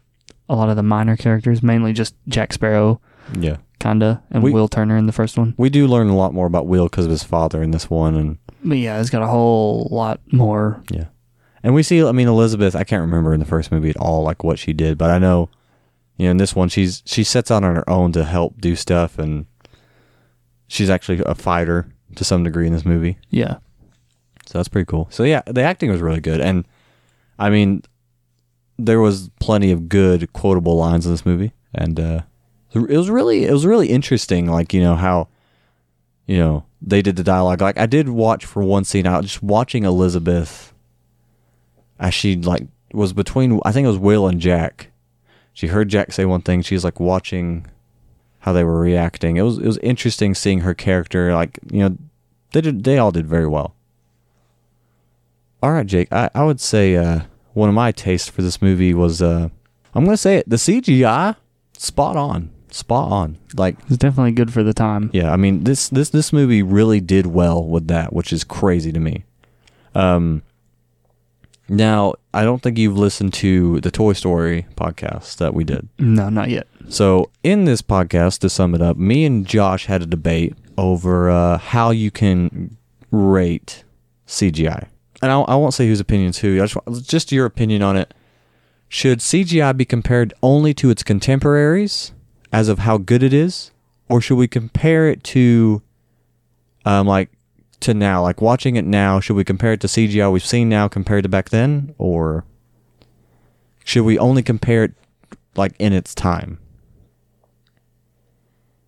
Speaker 2: a lot of the minor characters, mainly just Jack Sparrow,
Speaker 1: Yeah.
Speaker 2: kinda, and
Speaker 1: We-
Speaker 2: Will Turner in the first one.
Speaker 1: We do learn a lot more about Will because of his father in this one, and
Speaker 2: But yeah, it's got a whole lot more.
Speaker 1: and we see. I mean, Elizabeth. I can't remember in the first movie at all, like what she did, but I know, you know, in this one, she's she sets out on her own to help do stuff, and she's actually a fighter to some degree in this movie.
Speaker 2: Yeah,
Speaker 1: So that's pretty cool. So yeah, the acting was really good, and I mean, there was plenty of good quotable lines in this movie, and uh, it was really it was really interesting. Like you know how, you know, they did the dialogue. Like I did watch for one scene out, just watching Elizabeth as she like was between I think it was Will and Jack. She heard Jack say one thing. She's like watching how they were reacting. It was it was interesting seeing her character. Like you know, they did they all did very well. All right, Jake. I, I would say uh, one of my tastes for this movie was uh, I'm gonna say it. The CGI, spot on, spot on. Like,
Speaker 2: it's definitely good for the time.
Speaker 1: yeah, I mean this this this movie really did well with that, which is crazy to me. Um, now I don't think you've listened to the Toy Story podcast that we did.
Speaker 2: No, not yet.
Speaker 1: So, in this podcast, to sum it up, me and Josh had a debate over uh, how you can rate CGI. And I, I won't say whose opinion's who. I just want, just your opinion on it. Should CGI be compared only to its contemporaries as of how good it is, or should we compare it to, um, like to now, like watching it now? Should we compare it to CGI we've seen now compared to back then, or should we only compare it like in its time?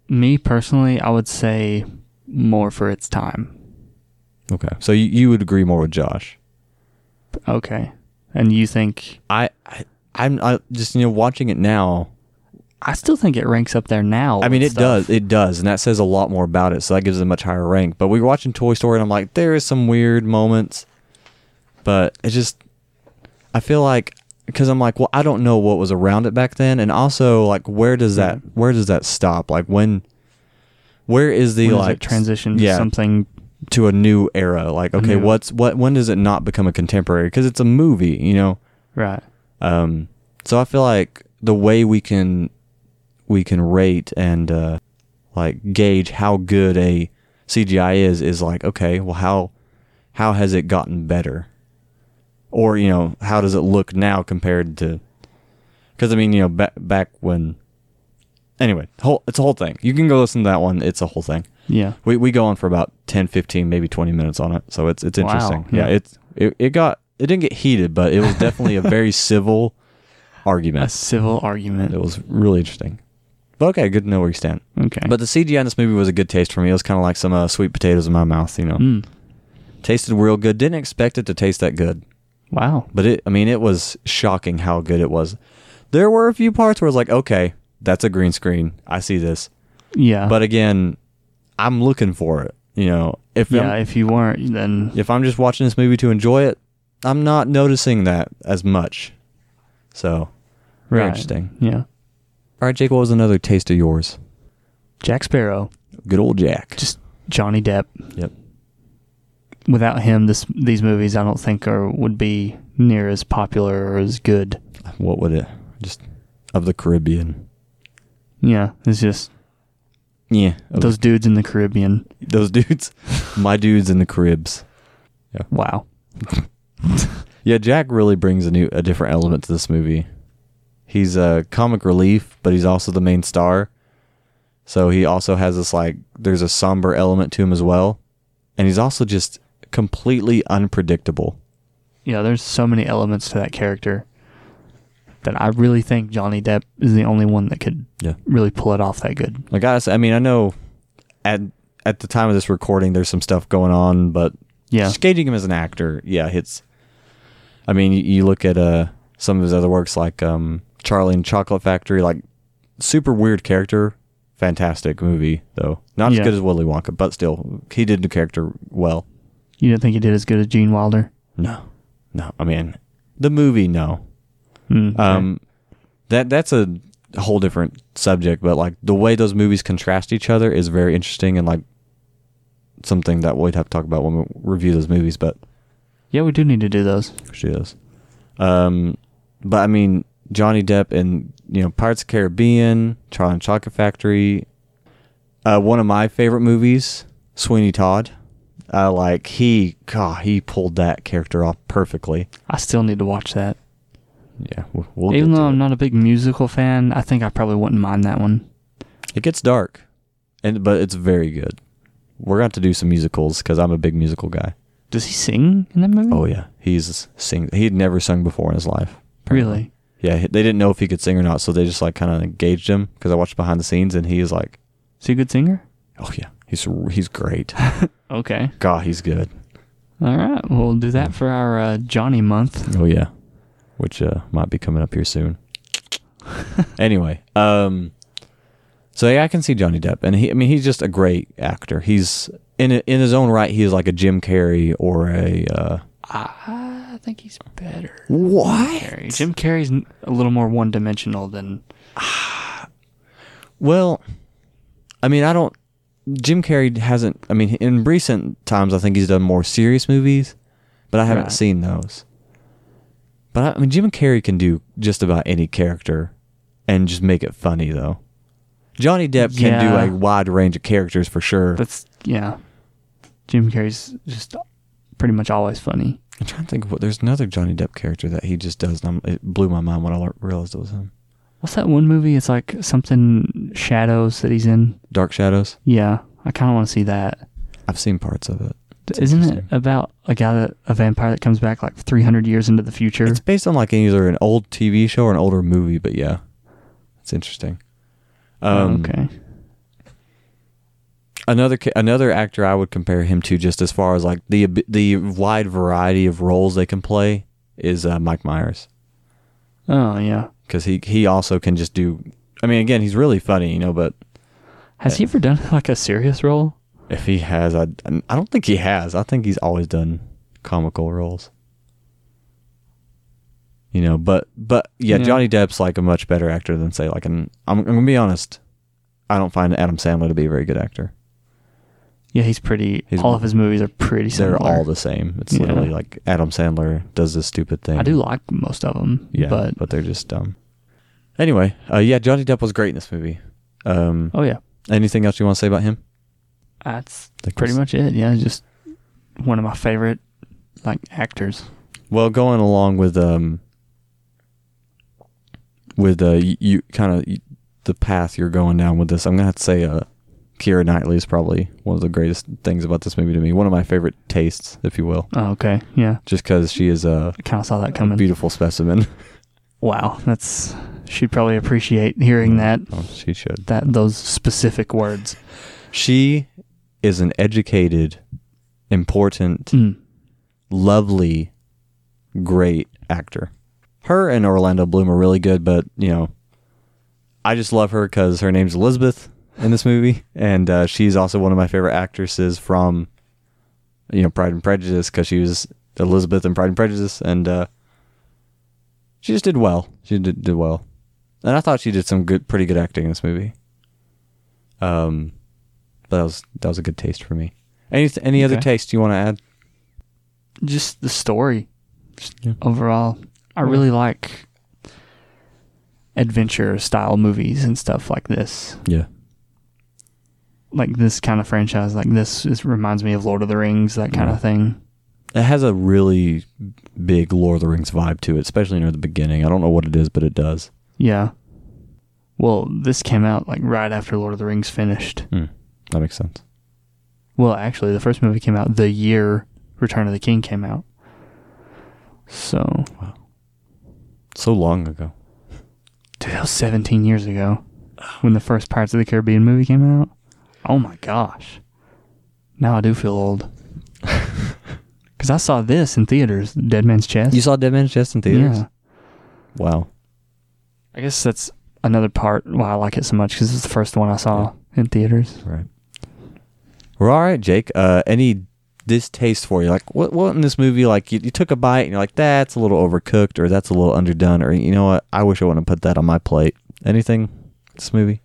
Speaker 2: Me personally, I would say more for its time.
Speaker 1: Okay. So you, you would agree more with Josh.
Speaker 2: Okay, and you think
Speaker 1: I, I I'm I just you know watching it now.
Speaker 2: I still think it ranks up there now.
Speaker 1: I mean, it
Speaker 2: with
Speaker 1: does.
Speaker 2: stuff.
Speaker 1: It does, and that says a lot more about it. So that gives it a much higher rank. But we were watching Toy Story, and I'm like, there is some weird moments, but it just, I feel like, because I'm like, well, I don't know what was around it back then, and also like, where does that, where does that stop? Like when, where is the
Speaker 2: When does
Speaker 1: like
Speaker 2: it transition to
Speaker 1: yeah,
Speaker 2: something
Speaker 1: to a new era? Like okay,
Speaker 2: new-
Speaker 1: what's what? When does it not become a contemporary? Because it's a movie, you know.
Speaker 2: right?
Speaker 1: Um, so I feel like the way we can we can rate and uh, like gauge how good a CGI is is like okay, well how how has it gotten better, or you know how does it look now compared to? Because I mean you know back back when. Anyway, whole it's a whole thing. You can go listen to that one. It's a whole thing.
Speaker 2: Yeah.
Speaker 1: We we go on for about 10, 15, maybe 20 minutes on it. So it's it's
Speaker 2: Wow.
Speaker 1: interesting. Yeah,
Speaker 2: Yeah.
Speaker 1: it's it, it got it didn't get heated, but it was definitely a very civil
Speaker 2: A
Speaker 1: argument.
Speaker 2: civil argument.
Speaker 1: It was really interesting. But okay, good to know where you stand.
Speaker 2: Okay.
Speaker 1: But the CGI in this movie was a good taste for me. It was kind of like some uh, sweet potatoes in my mouth, you know.
Speaker 2: Mm.
Speaker 1: Tasted real good. Didn't expect it to taste that good,
Speaker 2: wow.
Speaker 1: but it I mean, it was shocking how good it was. There were a few parts where I was like, "Okay, that's a green screen. I see this."
Speaker 2: Yeah.
Speaker 1: But again, I'm looking for it, you know. If I'm-
Speaker 2: yeah, if you weren't, then
Speaker 1: if I'm just watching this movie to enjoy it, I'm not noticing that as much. So, very
Speaker 2: Right.
Speaker 1: interesting.
Speaker 2: yeah.
Speaker 1: All right, Jake, what was another taste of yours?
Speaker 2: Jack Sparrow,
Speaker 1: Good old Jack.
Speaker 2: just Johnny Depp.
Speaker 1: Yep.
Speaker 2: Without him, this these movies I don't think are would be near as popular or as good.
Speaker 1: What would it just of the Caribbean?
Speaker 2: Yeah, it's just
Speaker 1: Yeah, of
Speaker 2: those dudes in the Caribbean.
Speaker 1: those dudes, my dudes in the Caribs.
Speaker 2: Wow.
Speaker 1: Yeah, Jack really brings a new, a different element to this movie. He's a comic relief, but he's also the main star. So he also has this like, there's a somber element to him as well, and he's also just completely unpredictable.
Speaker 2: Yeah, there's so many elements to that character that I really think Johnny Depp is the only one that could
Speaker 1: Yeah.
Speaker 2: really pull it off that good.
Speaker 1: Like I, s- I mean, I know at at the time of this recording, there's some stuff going on, but
Speaker 2: Yeah.
Speaker 1: just gauging him as an actor, yeah, it's. I mean, you, you look at uh some of his other works like um Charlie and Chocolate Factory, like super weird character, fantastic movie though. Not
Speaker 2: Yeah.
Speaker 1: as good as Willy Wonka, but still, he did the character well.
Speaker 2: You didn't think he did as good as Gene Wilder?
Speaker 1: No, no, I mean, the movie, no.
Speaker 2: Mm, okay.
Speaker 1: Um, that that's a whole different subject, but like the way those movies contrast each other is very interesting and like something that we'd have to talk about when we review those movies, but
Speaker 2: Yeah, we do need to do those.
Speaker 1: she is. Um but I mean Johnny Depp in you know Pirates of the Caribbean, Charlie and the Chocolate Factory. Uh one of my favorite movies, Sweeney Todd. Uh like he God, he pulled that character off perfectly.
Speaker 2: I still need to watch that.
Speaker 1: Yeah, we'll, we'll
Speaker 2: Even
Speaker 1: get to
Speaker 2: though I'm
Speaker 1: it.
Speaker 2: not a big musical fan, I think I probably wouldn't mind that one.
Speaker 1: It gets dark, and but it's very good. We're going to do some musicals because I'm a big musical guy.
Speaker 2: Does he sing in that movie?
Speaker 1: Oh yeah, he's sing. He had never sung before in his life. apparently.
Speaker 2: really?
Speaker 1: Yeah, he- they didn't know if he could sing or not, so they just like kind of engaged him. Because I watched behind the scenes, and he is like,
Speaker 2: Is he a good singer?
Speaker 1: oh yeah, he's he's great.
Speaker 2: Okay.
Speaker 1: God, he's good.
Speaker 2: All right. Well, we'll do that for our uh, Johnny month.
Speaker 1: Oh yeah, which uh, might be coming up here soon. anyway, um, so yeah, I can see Johnny Depp, and he—I mean, he's just a great actor. He's in in his own right. He is like a Jim Carrey or a uh,
Speaker 2: I think he's better.
Speaker 1: what?
Speaker 2: Carrey. Jim Carrey's n- a little more one dimensional than.
Speaker 1: Well, I mean, I don't. Jim Carrey hasn't. I mean, in recent times, I think he's done more serious movies, but I haven't
Speaker 2: Right.
Speaker 1: seen those. But I, I mean, Jim Carrey can do just about any character, and just make it funny though. Johnny Depp can
Speaker 2: Yeah.
Speaker 1: do a wide range of characters for sure.
Speaker 2: That's yeah. Jim Carrey's just pretty much always funny.
Speaker 1: I'm trying to think of what. There's another Johnny Depp character that he just does, and I'm, it blew my mind when I lear- realized it was him.
Speaker 2: What's that one movie? It's like something shadows that he's in.
Speaker 1: Dark Shadows.
Speaker 2: Yeah, I kind of want to see that.
Speaker 1: I've seen parts of it. It's
Speaker 2: Isn't it
Speaker 1: interesting.
Speaker 2: about a guy that a vampire that comes back like 300 years into the future?
Speaker 1: It's based on like either an old TV show or an older movie, but yeah, it's interesting. Um,
Speaker 2: Oh, okay.
Speaker 1: Another ca- another actor I would compare him to, just as far as like the ab- the wide variety of roles they can play, is uh, Mike Myers
Speaker 2: Oh yeah.
Speaker 1: because he he also can just do. I mean, again, he's really funny, you know, but
Speaker 2: Has he ever done like a serious role?
Speaker 1: if he has, I I don't think he has. I think he's always done comical roles. You know, but but yeah,
Speaker 2: Yeah.
Speaker 1: Johnny Depp's like a much better actor than say like an. I'm, I'm gonna be honest. I don't find Adam Sandler to be a very good actor.
Speaker 2: Yeah, he's pretty.
Speaker 1: He's-
Speaker 2: all of his movies are pretty similar.
Speaker 1: They're all the same. It's
Speaker 2: Yeah.
Speaker 1: literally like Adam Sandler does this stupid thing.
Speaker 2: I do like most of them.
Speaker 1: yeah,
Speaker 2: But
Speaker 1: but, they're just dumb. Anyway, uh, yeah, Johnny Depp was great in this movie. Um,
Speaker 2: oh yeah,
Speaker 1: anything else you want to say about him?
Speaker 2: that's
Speaker 1: Like
Speaker 2: pretty
Speaker 1: this-
Speaker 2: much it. Yeah, just one of my favorite like actors.
Speaker 1: Well, going along with um with uh you, you kind of the path you're going down with this, I'm gonna have to say uh Kira Knightley is probably one of the greatest things about this movie to me. One of my favorite tastes, if you will,
Speaker 2: Oh okay. Yeah,
Speaker 1: just because she is a,
Speaker 2: I kind of saw that
Speaker 1: a
Speaker 2: coming.
Speaker 1: beautiful specimen.
Speaker 2: wow, that's she'd probably appreciate hearing that
Speaker 1: oh, she should.
Speaker 2: that those specific words.
Speaker 1: She is an educated, important,
Speaker 2: Mm.
Speaker 1: lovely, great actor. Her and Orlando Bloom are really good, but you know, I just love her because her name's Elizabeth in this movie, and uh, she's also one of my favorite actresses from, you know, Pride and Prejudice because she was Elizabeth in Pride and Prejudice, and uh, she just did well. She did, did well, and I thought she did some good, pretty good acting in this movie. Um, but that was that was a good taste for me. Any any other
Speaker 2: Okay.
Speaker 1: taste you want to add?
Speaker 2: Just the story, just
Speaker 1: Yeah.
Speaker 2: overall, I
Speaker 1: Yeah.
Speaker 2: really like adventure style movies and stuff like this.
Speaker 1: Yeah.
Speaker 2: like this kind of franchise like this is, reminds me of lord of the rings that kind
Speaker 1: Yeah.
Speaker 2: of thing
Speaker 1: It has a really big Lord of the Rings vibe to it, especially near the beginning. I don't know what it is, but it does.
Speaker 2: yeah well this came out like right after lord of the rings finished
Speaker 1: That makes sense.
Speaker 2: well actually the first movie came out the year return of the king came out so
Speaker 1: So long ago.
Speaker 2: dude, that was 17 years ago when the first pirates of the caribbean movie came out oh my gosh now i do feel old because i saw this in theaters dead man's chest
Speaker 1: You saw Dead Man's Chest in theaters?
Speaker 2: yeah
Speaker 1: Wow.
Speaker 2: I guess that's another part why I like it so much because it's the first one I saw in theaters.
Speaker 1: Right. Well, all right, Jake. Uh, any distaste for you? Like, what, what in this movie? Like, you, you took a bite and you're like, that's a little overcooked, or that's a little underdone, or you know what? I wish I wouldn't have put that on my plate. Anything? This movie?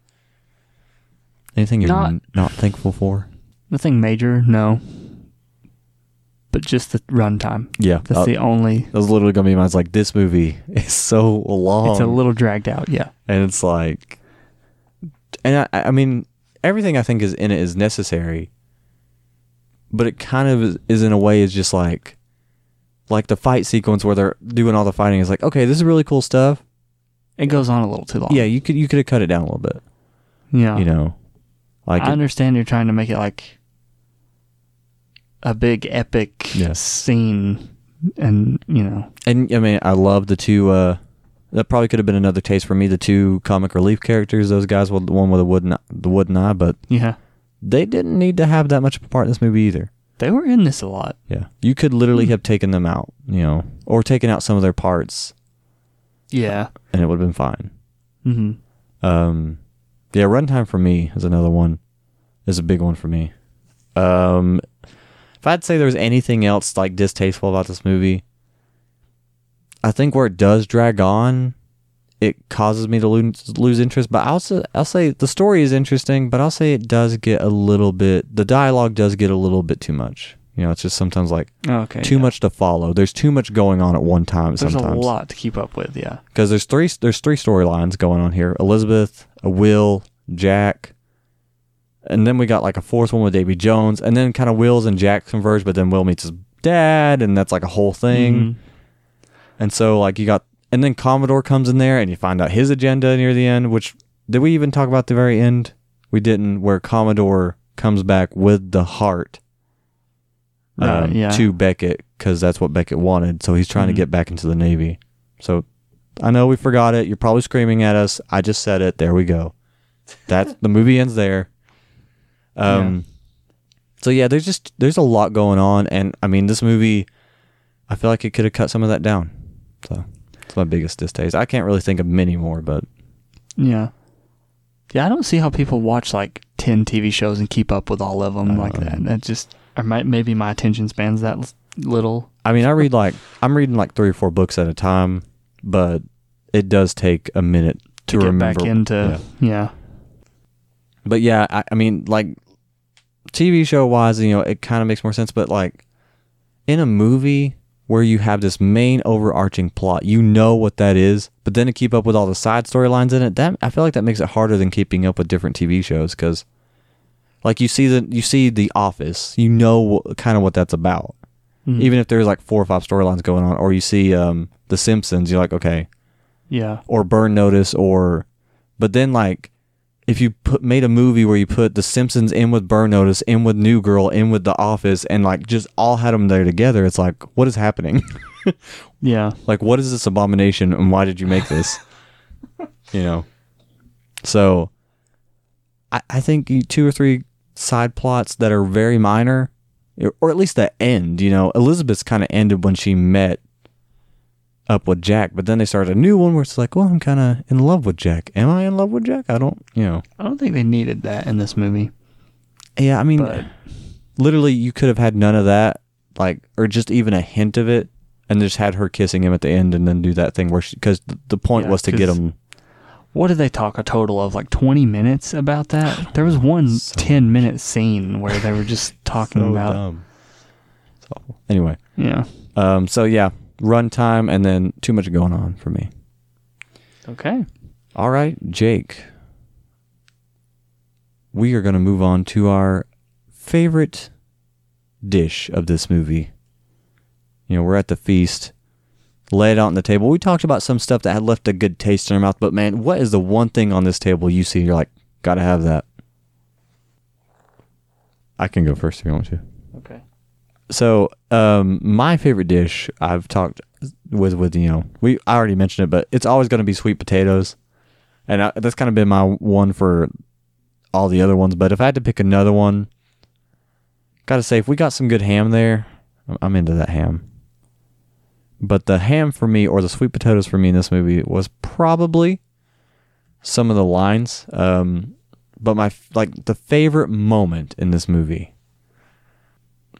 Speaker 1: Anything you're
Speaker 2: Not-
Speaker 1: not, not thankful for?
Speaker 2: Nothing major, no. But just the runtime.
Speaker 1: Yeah,
Speaker 2: That's
Speaker 1: uh,
Speaker 2: the only.
Speaker 1: that was literally gonna be mine. It's like this movie is so long.
Speaker 2: It's a little dragged out. Yeah.
Speaker 1: and it's like and I, I mean everything i think is in it is necessary but it kind of is, is in a way is just like like the fight sequence where they're doing all the fighting is like okay this is really cool stuff
Speaker 2: It goes on a little too long.
Speaker 1: yeah you could you could have cut it down a little bit
Speaker 2: Yeah.
Speaker 1: you know like
Speaker 2: I understand you're trying to make it like a big epic
Speaker 1: Yeah.
Speaker 2: scene, and you know,
Speaker 1: and i mean i love the two uh that probably could have been another taste for me the two comic relief characters those guys well the one with the wooden the wooden eye but
Speaker 2: yeah,
Speaker 1: they didn't need to have that much of a part in this movie either
Speaker 2: they were in this a lot.
Speaker 1: Yeah. You could literally have taken them out, you know, or taken out some of their parts
Speaker 2: Yeah.
Speaker 1: and it would have been fine.
Speaker 2: hmm
Speaker 1: Um yeah, runtime for me is another one. Is a big one for me. Um if I'd say there was anything else like distasteful about this movie, I think where it does drag on, it causes me to lose, lose interest. But I'll say, I'll say the story is interesting, but I'll say it does get a little bit. The dialogue does get a little bit too much. You know, it's just sometimes like
Speaker 2: Oh, Okay.
Speaker 1: too
Speaker 2: yeah.
Speaker 1: much to follow. There's too much going on at one time
Speaker 2: There's
Speaker 1: sometimes.
Speaker 2: a lot to keep up with. Yeah.
Speaker 1: Because there's three there's three storylines going on here: Elizabeth, a Will, Jack, and then we got like a fourth one with Davy Jones, and then kind of Will's and Jack converge, but then Will meets his dad, and that's like a whole thing.
Speaker 2: Mhm.
Speaker 1: And so like you got, and then Commodore comes in there, and you find out his agenda near the end. Which did we even talk about the very end? We didn't. Where Commodore comes back with the heart
Speaker 2: Right,
Speaker 1: um,
Speaker 2: yeah.
Speaker 1: to Beckett because that's what Beckett wanted. So he's trying
Speaker 2: Mhm.
Speaker 1: to get back into the Navy. So I know we forgot it. You're probably screaming at us. I just said it. There we go. That's the movie ends there. Um. So yeah, there's just there's a lot going on, and I mean this movie, I feel like it could have cut some of that down. So it's my biggest distaste. I can't really think of many more, but
Speaker 2: Yeah. Yeah, I don't see how people watch like 10 TV shows and keep up with all of them like that. That just, or my, maybe my attention span's that l- little.
Speaker 1: I mean I read like I'm reading like three or four books at a time, but it does take a minute to,
Speaker 2: To, get
Speaker 1: remember.
Speaker 2: back into, yeah.
Speaker 1: but yeah, I, I mean, like TV show wise, you know, it kind of makes more sense. But like in a movie where you have this main overarching plot, you know what that is, but then to keep up with all the side storylines in it, that I feel like that makes it harder than keeping up with different TV shows because, like, you see the you see The Office, you know kind of what that's about,
Speaker 2: Mhm.
Speaker 1: even if there's like four or five storylines going on, or you see um, The Simpsons, you're like, okay,
Speaker 2: Yeah.
Speaker 1: or burn notice or but then like if you put made a movie where you put the simpsons in with burn notice in with new girl in with the office and like just all had them there together it's like what is happening
Speaker 2: Yeah.
Speaker 1: like what is this abomination and why did you make this you know so i, I think you- two or three side plots that are very minor or at least the end you know elizabeth's kind of ended when she met up with jack but then they started a new one where it's like well i'm kind of in love with jack am i in love with jack i don't you know
Speaker 2: I don't think they needed that in this movie.
Speaker 1: yeah i mean
Speaker 2: But-
Speaker 1: literally you could have had none of that like or just even a hint of it and just had her kissing him at the end and then do that thing where she because the point
Speaker 2: Yeah,
Speaker 1: was to get
Speaker 2: 'cause-
Speaker 1: him
Speaker 2: What did they talk a total of? Like 20 minutes about that? There was one 10 minute scene where they were just talking about,
Speaker 1: It's awful. Anyway,
Speaker 2: yeah.
Speaker 1: um, so yeah, runtime and then too much going on for me.
Speaker 2: Okay.
Speaker 1: All right, Jake. We are going to move on to our favorite dish of this movie. You know, we're at the feast, lay it out on the table. We talked about some stuff that had left a good taste in our mouth, but man, what is the one thing on this table you see? You're like, gotta have that. I can go first if you want to.
Speaker 2: Okay.
Speaker 1: So, um, my favorite dish I've talked with with you know we I already mentioned it, but it's always going to be sweet potatoes, and I, that's kind of been my one for all the other ones. But if I had to pick another one, gotta say if we got some good ham there, I'm- I'm into that ham. But the ham for me, or the sweet potatoes for me in this movie, was probably some of the lines. Um, but my f- like the favorite moment in this movie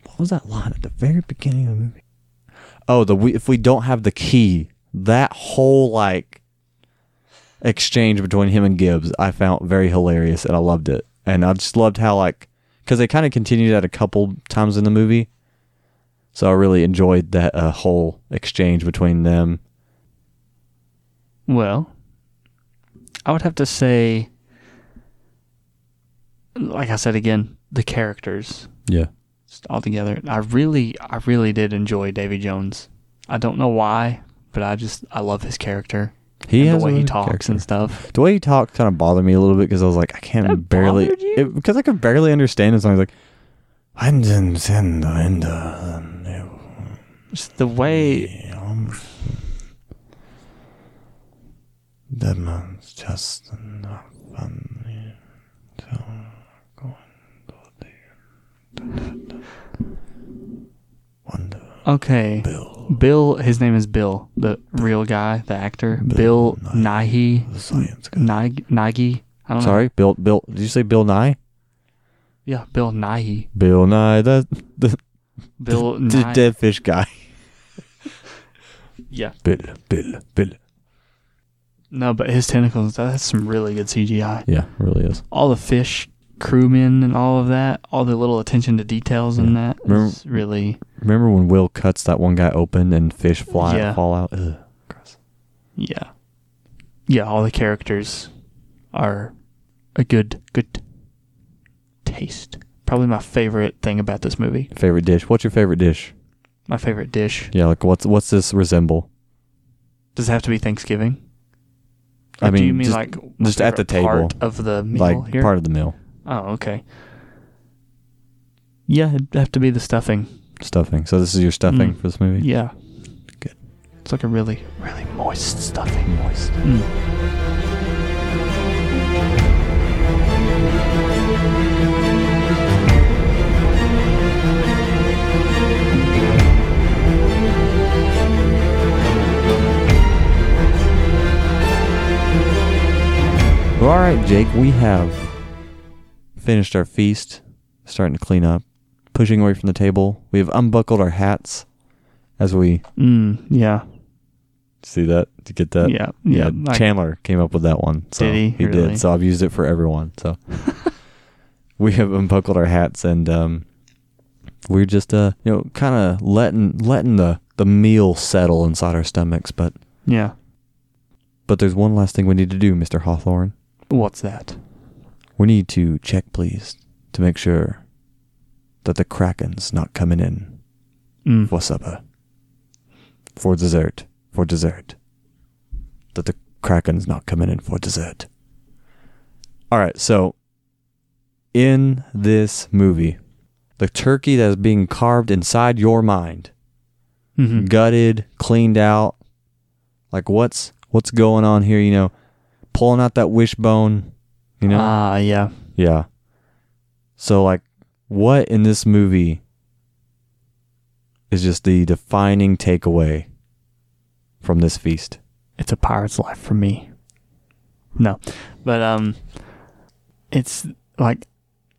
Speaker 1: What was that line at the very beginning of the movie? Oh, the we, if we don't have the key, that whole like exchange between him and Gibbs, I found very hilarious, and I loved it. And I just loved how like because they kind of continued that a couple times in the movie, so I really enjoyed that uh, whole exchange between them.
Speaker 2: Well, I would have to say, like I said again, the characters
Speaker 1: Yeah,
Speaker 2: just altogether. I really, I really did enjoy Davy Jones. I don't know why, but I just I love his character
Speaker 1: he
Speaker 2: and
Speaker 1: has
Speaker 2: the way
Speaker 1: a
Speaker 2: he
Speaker 1: good
Speaker 2: talks
Speaker 1: character.
Speaker 2: and stuff.
Speaker 1: The way he talked kind of bothered me a little bit because I was like, I can't
Speaker 2: That
Speaker 1: barely
Speaker 2: bothered you?
Speaker 1: it- because I could barely understand it. So I was like, I didn't send the end. uh, no,
Speaker 2: Just the way
Speaker 1: um, That man's just not funny. So, go on, go there. Wonder
Speaker 2: okay.
Speaker 1: Bill,
Speaker 2: Bill, his name is Bill, the real guy, the actor.
Speaker 1: Bill
Speaker 2: Bill, Nighy,
Speaker 1: the science guy.
Speaker 2: Nighy, Nighy. I don't know.
Speaker 1: Sorry, Bill. Bill, did you say Bill Nye?
Speaker 2: Yeah, Bill Nighy.
Speaker 1: Bill Nye, the the,
Speaker 2: Bill
Speaker 1: the
Speaker 2: Nighy.
Speaker 1: dead fish guy.
Speaker 2: Yeah.
Speaker 1: Bill, Bill, Bill.
Speaker 2: No, but his tentacles, that's some really good CGI.
Speaker 1: Yeah, really is.
Speaker 2: All the fish crewmen and all of that, all the little attention to details in that
Speaker 1: Remember-
Speaker 2: is really,
Speaker 1: Remember when Will cuts that one guy open and fish fly
Speaker 2: Yeah.
Speaker 1: fall out? Ugh, gross.
Speaker 2: yeah. Yeah, all the characters are a good, good taste. Probably my favorite thing about this movie.
Speaker 1: Favorite dish? What's your favorite dish?
Speaker 2: My favorite dish.
Speaker 1: Yeah, like what's what's this resemble?
Speaker 2: Does it have to be Thanksgiving?
Speaker 1: I
Speaker 2: Or do you
Speaker 1: mean,
Speaker 2: mean
Speaker 1: just-
Speaker 2: like my
Speaker 1: just at the
Speaker 2: favorite part
Speaker 1: table.
Speaker 2: of the meal
Speaker 1: like
Speaker 2: here?
Speaker 1: part of the meal
Speaker 2: oh, okay. Yeah, it'd have to be the stuffing.
Speaker 1: stuffing. So this is your stuffing
Speaker 2: Mm.
Speaker 1: for this movie.
Speaker 2: Yeah.
Speaker 1: Good.
Speaker 2: It's like a really, really moist stuffing. Mm.
Speaker 1: Moist. Well, all right, Jake, we have finished our feast, starting to clean up, pushing away from the table. We have unbuckled our hats as we
Speaker 2: Mm, yeah.
Speaker 1: see that to get that.
Speaker 2: yeah. Yeah. like-
Speaker 1: Chandler came up with that one. So
Speaker 2: Did he? Really?
Speaker 1: did. So I've used it for everyone. So we have unbuckled our hats and um, we're just uh, you know, kind of letting letting the the meal settle inside our stomachs. But
Speaker 2: yeah.
Speaker 1: but there's one last thing we need to do, Mister Hawthorne.
Speaker 2: What's that?
Speaker 1: We need to check, please, to make sure that the kraken's not coming in
Speaker 2: Mm.
Speaker 1: for supper, for dessert, for dessert. That the kraken's not coming in for dessert. All right, so in this movie, the turkey that is being carved inside your mind,
Speaker 2: Mhm.
Speaker 1: Mm-hmm. gutted, cleaned out, like what's what's going on here? You know, pulling out that wishbone. You know,
Speaker 2: Ah, yeah.
Speaker 1: yeah. So like what in this movie is just the defining takeaway from this feast?
Speaker 2: It's a pirate's life for me. No. But, um, it's like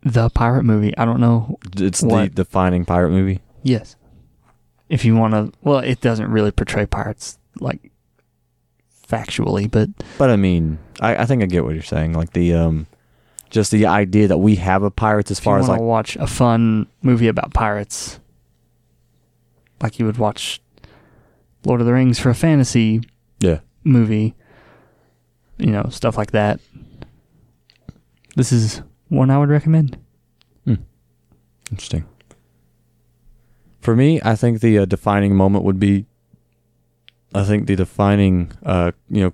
Speaker 2: the pirate movie. I don't know.
Speaker 1: It's
Speaker 2: What?
Speaker 1: the defining pirate movie.
Speaker 2: Yes. If you want to, well, it doesn't really portray pirates like factually, but
Speaker 1: But I mean, I, I think I get what you're saying. Like the um just the idea that we have a pirate as
Speaker 2: If you
Speaker 1: far
Speaker 2: want
Speaker 1: as
Speaker 2: to
Speaker 1: like
Speaker 2: watch a fun movie about pirates, like you would watch Lord of the Rings for a fantasy
Speaker 1: Yeah.
Speaker 2: movie, you know, stuff like that. This is one I would recommend.
Speaker 1: Interesting. For me, I think the uh, defining moment would be, I think the defining, uh, you know,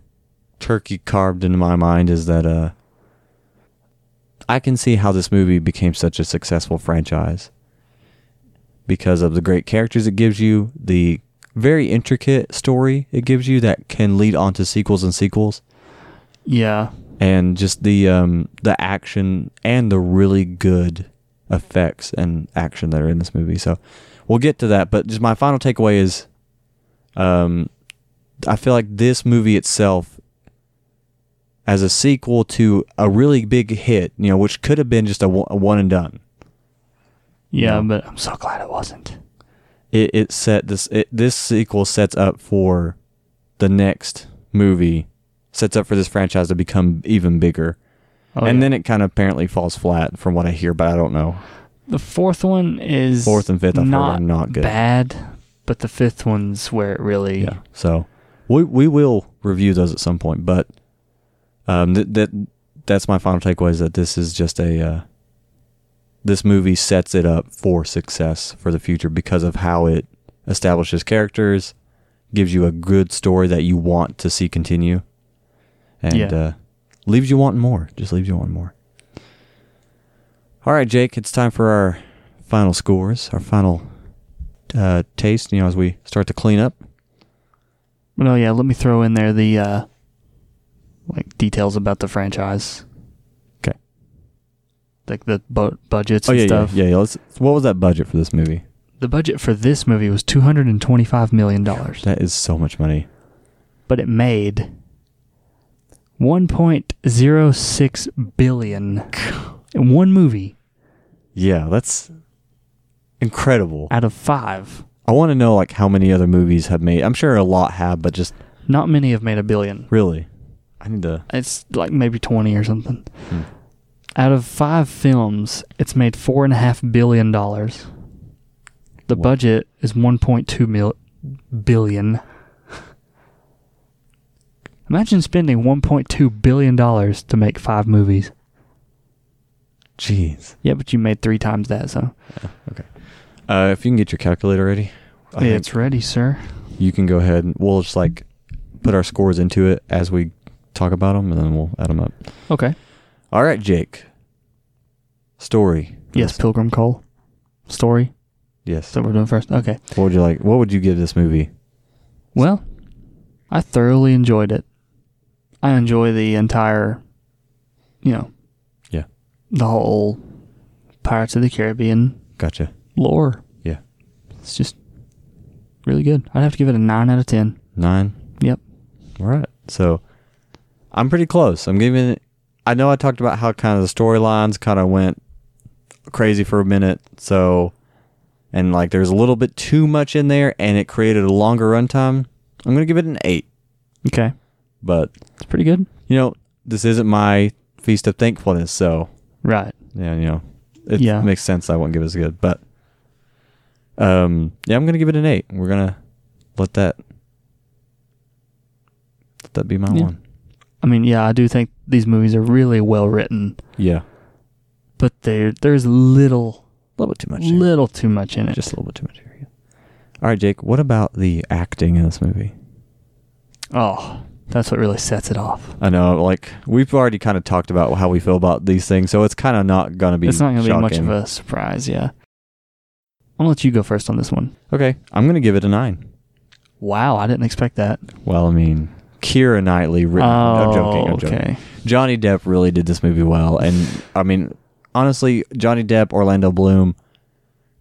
Speaker 1: turkey carved into my mind is that uh, I can see how this movie became such a successful franchise because of the great characters it gives you, the very intricate story it gives you that can lead on to sequels and sequels
Speaker 2: Yeah.
Speaker 1: and just the um the action and the really good effects and action that are in this movie. So we'll get to that, but just my final takeaway is um I feel like this movie itself as a sequel to a really big hit, you know, which could have been just a, one- a one and done.
Speaker 2: Yeah,
Speaker 1: No.
Speaker 2: but I'm so glad it wasn't.
Speaker 1: It it set this it, this sequel sets up for the next movie, sets up for this franchise to become even bigger,
Speaker 2: Oh,
Speaker 1: and
Speaker 2: yeah.
Speaker 1: then it kind of apparently falls flat from what I hear, but I don't know.
Speaker 2: the fourth one is
Speaker 1: Fourth and fifth, I've heard
Speaker 2: not
Speaker 1: are not good.
Speaker 2: bad, but the fifth one's where it really
Speaker 1: Yeah. So we we will review those at some point, but um th- that that's my final takeaway is that this is just a uh, this movie sets it up for success for the future because of how it establishes characters, gives you a good story that you want to see continue, and
Speaker 2: Yeah.
Speaker 1: uh, leaves you wanting more. Just leaves you wanting more. All right, Jake, it's time for our final scores, our final uh, taste. You know, as we start to clean up.
Speaker 2: But oh yeah, let me throw in there the uh like details about the franchise.
Speaker 1: 'Kay.
Speaker 2: Like the bu- budgets
Speaker 1: Oh
Speaker 2: and
Speaker 1: yeah,
Speaker 2: stuff.
Speaker 1: yeah, yeah, yeah. Let's, what was that budget for this movie?
Speaker 2: The budget for this movie was two hundred and twenty-five million dollars,
Speaker 1: That is so much money.
Speaker 2: but it made one point zero six billion in one movie
Speaker 1: Yeah, that's incredible.
Speaker 2: out of five.
Speaker 1: I want to know like how many other movies have made. I'm sure a lot have, but just
Speaker 2: Not many have made a billion.
Speaker 1: really, I need to.
Speaker 2: It's like maybe twenty or something.
Speaker 1: Hmm.
Speaker 2: Out of five films, it's made four and a half billion dollars. The
Speaker 1: Wow.
Speaker 2: budget is one point two mil billion. Imagine spending one point two billion dollars to make five movies.
Speaker 1: Jeez.
Speaker 2: Yeah, but you made three times that, so
Speaker 1: Uh, if you can get your calculator ready, I
Speaker 2: Yeah,
Speaker 1: think
Speaker 2: it's ready, sir.
Speaker 1: you can go ahead and we'll just like put our scores into it as we talk about them, and then we'll add them up.
Speaker 2: Okay.
Speaker 1: All right, Jake. Story. for
Speaker 2: Yes,
Speaker 1: this-
Speaker 2: Pilgrim Cole. Story.
Speaker 1: Yes.
Speaker 2: So we're doing first. Okay.
Speaker 1: what would you like? What would you give this movie?
Speaker 2: Well, I thoroughly enjoyed it. I enjoy the entire, you know,
Speaker 1: Yeah.
Speaker 2: the whole Pirates of the Caribbean
Speaker 1: Gotcha.
Speaker 2: lore.
Speaker 1: Yeah.
Speaker 2: It's just really good. I'd have to give it a nine out of ten.
Speaker 1: Nine.
Speaker 2: Yep.
Speaker 1: All right. So I'm pretty close. I'm giving it. I know I talked about how kind of the storylines kind of went crazy for a minute. So, and like there's a little bit too much in there and it created a longer runtime. I'm going to give it an eight.
Speaker 2: Okay.
Speaker 1: But,
Speaker 2: It's pretty good.
Speaker 1: you know, this isn't my feast of thankfulness. So,
Speaker 2: Right.
Speaker 1: yeah, you know, it
Speaker 2: Yeah.
Speaker 1: makes sense. I wouldn't give it as good. But, um, yeah, I'm going to give it an eight. We're going to let that. Let that be my
Speaker 2: Yeah.
Speaker 1: one.
Speaker 2: I mean, yeah, I do think these movies are really well written,
Speaker 1: Yeah.
Speaker 2: but there there's little
Speaker 1: A little bit too much. here.
Speaker 2: little too much in it.
Speaker 1: Just a little bit too much. Here. yeah. All right, Jake. What about the acting in this movie?
Speaker 2: oh, that's what really sets it off.
Speaker 1: I know, like we've already kind of talked about how we feel about these things, so it's kind of not gonna be.
Speaker 2: It's not going to be much of
Speaker 1: shocking.
Speaker 2: a surprise, yeah. I'll let you go first on this one.
Speaker 1: Okay, I'm gonna give it a nine.
Speaker 2: Wow, I didn't expect that.
Speaker 1: Well, I mean, Kira Knightley. Written, no, I'm joking. I'm joking.
Speaker 2: Oh, okay.
Speaker 1: Johnny Depp really did this movie well, and I mean, honestly, Johnny Depp, Orlando Bloom,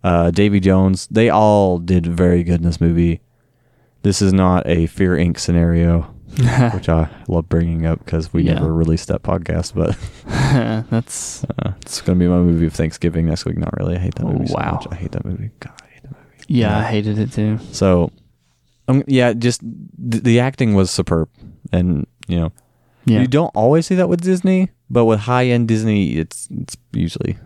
Speaker 1: uh, Davy Jones, they all did very good in this movie. This is not a Fear Inc. scenario, which I love bringing up because we
Speaker 2: Yeah.
Speaker 1: never released that podcast, but
Speaker 2: That's
Speaker 1: uh, it's gonna be my movie of Thanksgiving next week. Not really. I hate that movie so
Speaker 2: Wow.
Speaker 1: much. I hate that movie. God, I hate that movie.
Speaker 2: yeah, I hated it too.
Speaker 1: So, um, yeah, just th- the acting was superb, and you know,
Speaker 2: Yeah,
Speaker 1: you don't always see that with Disney, but with high end Disney, it's it's usually.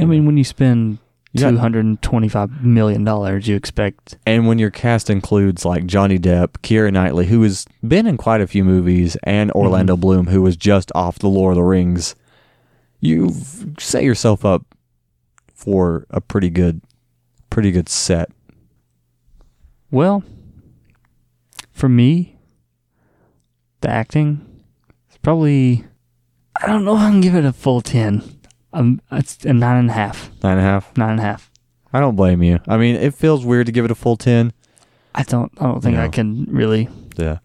Speaker 2: I mean, when you spend
Speaker 1: You got-
Speaker 2: two hundred and twenty-five million dollars, you expect
Speaker 1: and when your cast includes like Johnny Depp, Keira Knightley, who has been in quite a few movies, and Orlando Bloom, who was just off the Lord of the Rings, you set yourself up for a pretty good, pretty good set.
Speaker 2: well. For me, the acting is probably. I don't know if I can give it a full ten. Um, it's a nine and a half.
Speaker 1: Nine and a half.
Speaker 2: Nine and a half.
Speaker 1: I don't blame you. I mean, it feels weird to give it a full 10.
Speaker 2: I don't. I don't think I
Speaker 1: Yeah.
Speaker 2: can really.
Speaker 1: Yeah.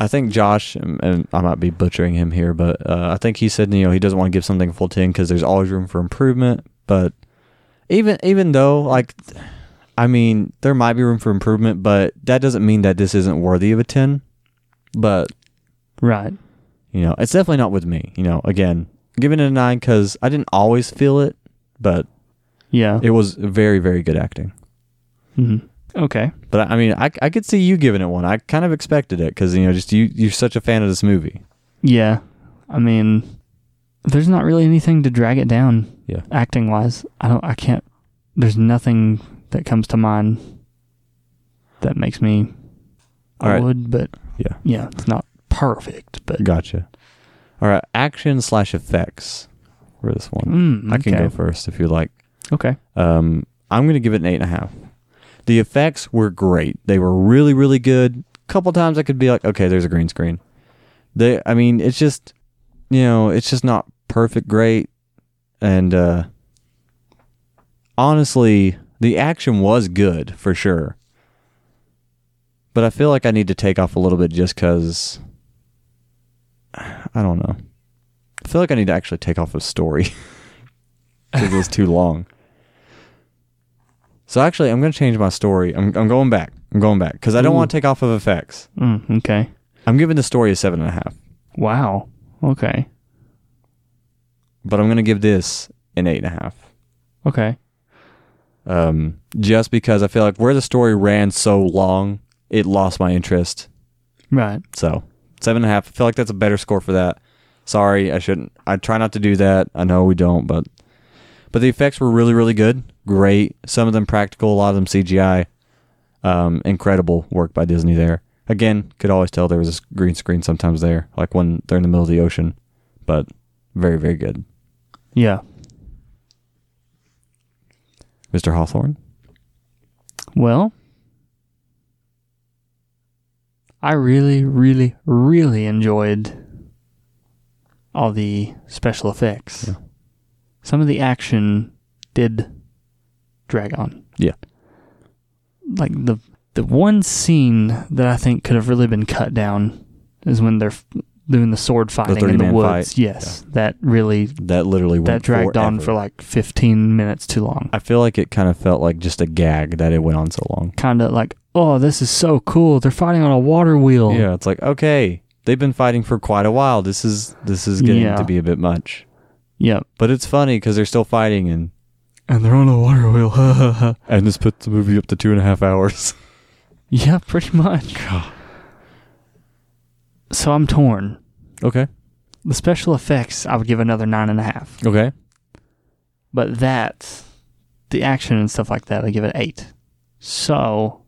Speaker 1: I think Josh, and and I might be butchering him here, but uh, I think he said, you know, he doesn't want to give something a full 10 because there's always room for improvement. But even, even though, like, I mean, there might be room for improvement, but that doesn't mean that this isn't worthy of a 10. But
Speaker 2: Right.
Speaker 1: you know, it's definitely not with me. You know, again, giving it a nine because I didn't always feel it, but
Speaker 2: Yeah.
Speaker 1: It was very, very good acting.
Speaker 2: Mhm. Okay.
Speaker 1: But I I mean, I, I could see you giving it one. I kind of expected it because you know, just you you're such a fan of this movie.
Speaker 2: Yeah. I mean, there's not really anything to drag it down.
Speaker 1: Yeah.
Speaker 2: Acting wise, I don't. I can't. There's nothing that comes to mind that makes me.
Speaker 1: All
Speaker 2: I
Speaker 1: right.
Speaker 2: would, but
Speaker 1: Yeah.
Speaker 2: yeah, it's not perfect, but
Speaker 1: Gotcha. All right, action slash effects for this one.
Speaker 2: mm,
Speaker 1: I can
Speaker 2: okay.
Speaker 1: go first if you like.
Speaker 2: Okay.
Speaker 1: Um, I'm gonna give it an eight and a half. The effects were great. They were really, really good. Couple times I could be like, okay, there's a green screen. They, I mean, it's just, you know, it's just not perfect, great, and uh, honestly, the action was good for sure. But I feel like I need to take off a little bit just because. I don't know. I feel like I need to actually take off a story because it was too long. So actually, I'm going to change my story. I'm, I'm going back. I'm going back because I don't
Speaker 2: Ooh.
Speaker 1: want to take off of effects.
Speaker 2: Mm, okay.
Speaker 1: I'm giving the story a seven and a half,
Speaker 2: Wow. Okay.
Speaker 1: but I'm going to give this an eight and a half.
Speaker 2: Okay.
Speaker 1: Um, just because I feel like where the story ran so long, it lost my interest.
Speaker 2: Right.
Speaker 1: So seven and a half. I feel like that's a better score for that. Sorry, I shouldn't. I try not to do that. I know we don't, but but the effects were really really good. Great. Some of them practical, a lot of them CGI. Um, incredible work by Disney there. Again, could always tell there was a green screen sometimes there, like when they're in the middle of the ocean, but very very good.
Speaker 2: Yeah.
Speaker 1: Mr. Hawthorne.
Speaker 2: Well, I really, really, really enjoyed all the special effects.
Speaker 1: Yeah.
Speaker 2: Some of the action did drag on.
Speaker 1: Yeah.
Speaker 2: Like the the one scene that I think could have really been cut down is when they're f- doing the sword fighting in the
Speaker 1: 30-man fight.
Speaker 2: woods. Yes, that really
Speaker 1: That literally went
Speaker 2: that dragged on
Speaker 1: forever.
Speaker 2: for like 15 minutes too long.
Speaker 1: I feel like it kind of felt like just a gag that it went on so long.
Speaker 2: kind of like, oh, this is so cool. They're fighting on a water wheel.
Speaker 1: Yeah, it's like okay, they've been fighting for quite a while. This is this is getting
Speaker 2: Yeah.
Speaker 1: to be a bit much,
Speaker 2: Yep.
Speaker 1: but it's funny because they're still fighting, and
Speaker 2: And they're on a water wheel.
Speaker 1: and this puts the movie up to two and a half hours.
Speaker 2: yeah, pretty much. So I'm torn.
Speaker 1: okay,
Speaker 2: The special effects, I would give another nine and a half.
Speaker 1: okay,
Speaker 2: But that, the action and stuff like that, I give it eight. So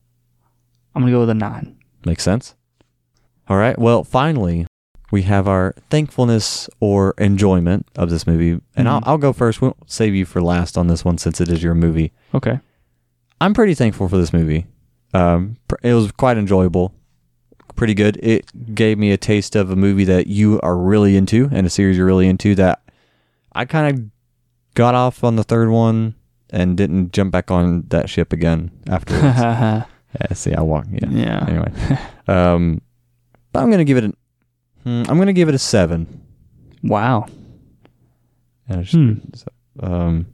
Speaker 2: I'm going to go with a nine.
Speaker 1: makes sense. All right, well, finally, we have our thankfulness or enjoyment of this movie, and I'll
Speaker 2: Mhm.
Speaker 1: I'll go first. We'll save you for last on this one since it is your movie.
Speaker 2: Okay.
Speaker 1: I'm pretty thankful for this movie. Um, pr- it was quite enjoyable, pretty good. It gave me a taste of a movie that you are really into and a series you're really into. That I kind of got off on the third one and didn't jump back on that ship again afterwards.
Speaker 2: yeah.
Speaker 1: yeah, see, I walk. Yeah. Anyway, um, but I'm gonna give it an. hmm, I'm gonna give it a seven.
Speaker 2: Wow.
Speaker 1: And I just,
Speaker 2: Hmm.
Speaker 1: um,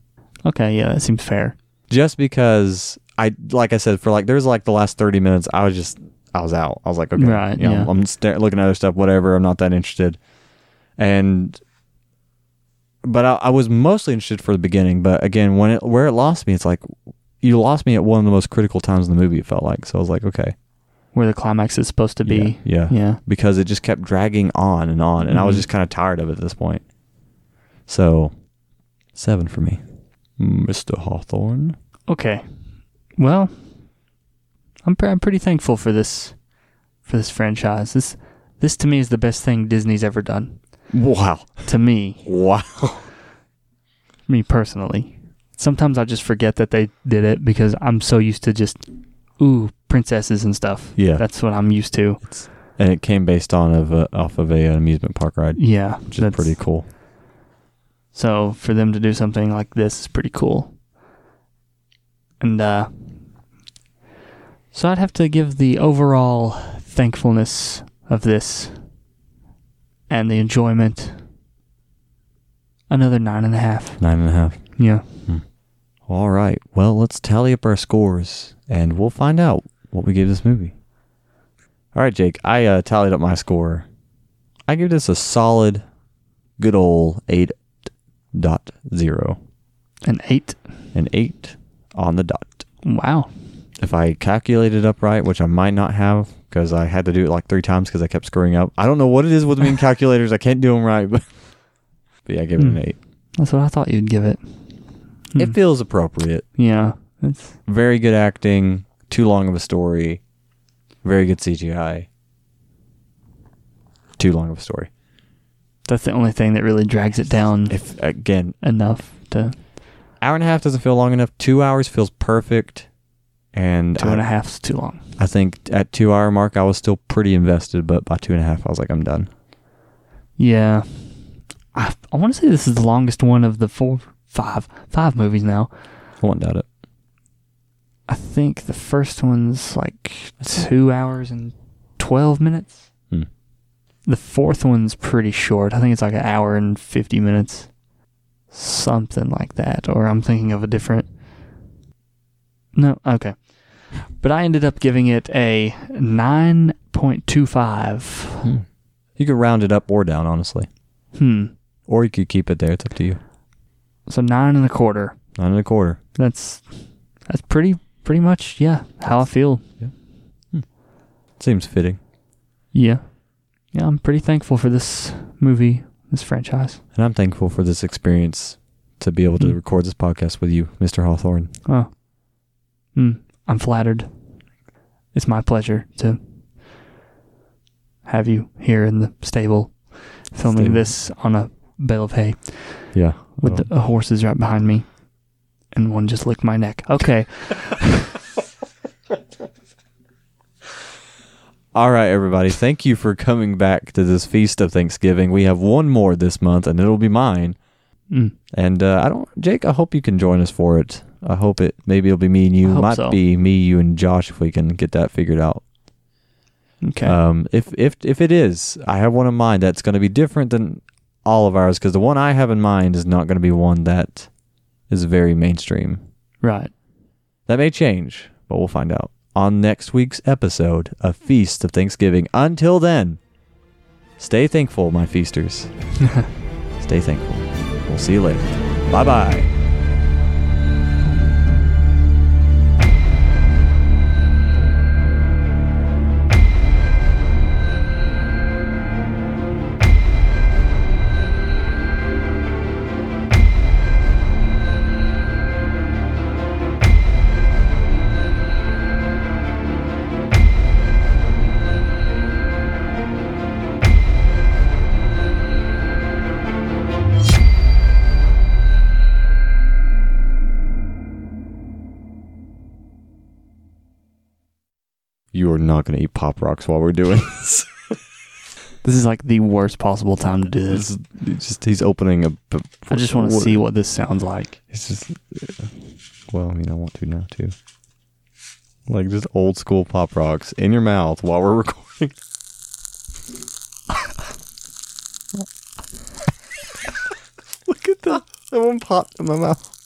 Speaker 2: Okay. Yeah, that seems fair.
Speaker 1: just because I like I said for like there was like the last thirty minutes I was just I was out I was like okay
Speaker 2: Right,
Speaker 1: you know,
Speaker 2: yeah.
Speaker 1: I'm sta- looking at other stuff whatever I'm not that interested and but I, I was mostly interested for the beginning but again when it where it lost me it's like you lost me at one of the most critical times in the movie it felt like so I was like okay
Speaker 2: Where the climax is supposed to be.
Speaker 1: yeah, yeah.
Speaker 2: Yeah.
Speaker 1: because it just kept dragging on and on and I was
Speaker 2: Mhm.
Speaker 1: just kind of tired of it at this point so seven for me Mr Hawthorne
Speaker 2: Okay. Well, I'm pre- I'm pretty thankful for this for this franchise. This this to me is the best thing Disney's ever done.
Speaker 1: wow
Speaker 2: To me,
Speaker 1: wow
Speaker 2: me personally. Sometimes I just forget that they did it because I'm so used to just ooh, princesses and stuff.
Speaker 1: Yeah.
Speaker 2: That's what I'm used to.
Speaker 1: and it came based on of a, off of a, an amusement park ride,
Speaker 2: Yeah.
Speaker 1: which is pretty cool.
Speaker 2: So for them to do something like this is pretty cool. And uh so I'd have to give the overall thankfulness of this and the enjoyment another nine and a half.
Speaker 1: Nine and a half.
Speaker 2: Yeah.
Speaker 1: All right. Well, let's tally up our scores, and we'll find out what we gave this movie. All right, Jake. I uh, tallied up my score. I give this a solid, good old eight dot zero
Speaker 2: An eight.
Speaker 1: eight and eight on the dot.
Speaker 2: Wow.
Speaker 1: If I calculated up right, which I might not have because I had to do it like three times because I kept screwing up. I don't know what it is with me and calculators. I can't do them right, but, but yeah, I gave it an
Speaker 2: Hmm.
Speaker 1: eight.
Speaker 2: That's what I thought you'd give it.
Speaker 1: It
Speaker 2: Hmm.
Speaker 1: feels appropriate.
Speaker 2: yeah. It's,
Speaker 1: Very good acting. Too long of a story. Very good CGI. Too long of a story.
Speaker 2: that's the only thing that really drags it down
Speaker 1: If again,
Speaker 2: enough to
Speaker 1: hour and a half doesn't feel long enough. Two hours feels perfect. And
Speaker 2: two and
Speaker 1: I,
Speaker 2: a half's too long.
Speaker 1: I think at two hour mark, I was still pretty invested, but by two and a half, I was like, I'm done.
Speaker 2: Yeah. I, I want to say this is the longest one of the four, five, five movies now.
Speaker 1: I won't doubt it.
Speaker 2: I think the first one's like
Speaker 1: That's it.
Speaker 2: two hours and 12 minutes.
Speaker 1: Hmm.
Speaker 2: The fourth one's pretty short. I think it's like an hour and 50 minutes. Something like that. Or I'm thinking of a different. No, okay. But I ended up giving it a 9.25.
Speaker 1: You could round it up or down, honestly.
Speaker 2: Hmm.
Speaker 1: Or you could keep it there. It's up to you.
Speaker 2: So nine and a quarter.
Speaker 1: Nine and a quarter.
Speaker 2: That's that's pretty pretty much yeah how I feel.
Speaker 1: Seems fitting.
Speaker 2: Yeah, yeah. I'm pretty thankful for this movie, this franchise.
Speaker 1: And I'm thankful for this experience to be able to
Speaker 2: Mm.
Speaker 1: record this podcast with you, Mr. Hawthorne.
Speaker 2: Oh, mm, I'm flattered. It's my pleasure to have you here in the stable, filming
Speaker 1: Stable.
Speaker 2: this on a bale of hay
Speaker 1: Yeah.
Speaker 2: with the uh, horses right behind me, and one just licked my neck. Okay,
Speaker 1: All right, everybody. Thank you for coming back to this feast of Thanksgiving. We have one more this month, and it'll be mine.
Speaker 2: mm,
Speaker 1: And uh, I don't, Jake. I hope you can join us for it. I hope it. Maybe it'll be me and you.
Speaker 2: I hope
Speaker 1: Might
Speaker 2: so.
Speaker 1: be me, you, and Josh if we can get that figured out.
Speaker 2: okay.
Speaker 1: Um, if if if it is, I have one in mind that's going to be different than all of ours because the one I have in mind is not going to be one that is very mainstream.
Speaker 2: right.
Speaker 1: That may change, but we'll find out on next week's episode of Feast of Thanksgiving. Until then, stay thankful, my feasters. stay thankful. We'll see you later. Bye bye. You are not going to eat pop rocks while we're doing this.
Speaker 2: This is like the worst possible time to do this.
Speaker 1: This is- it's just he's opening a. b-
Speaker 2: I just want to
Speaker 1: what-
Speaker 2: see what this sounds like.
Speaker 1: It's just. uh, Well, I mean, I want to now too. Like just old school pop rocks in your mouth while we're recording. Look at that! That one popped in my mouth.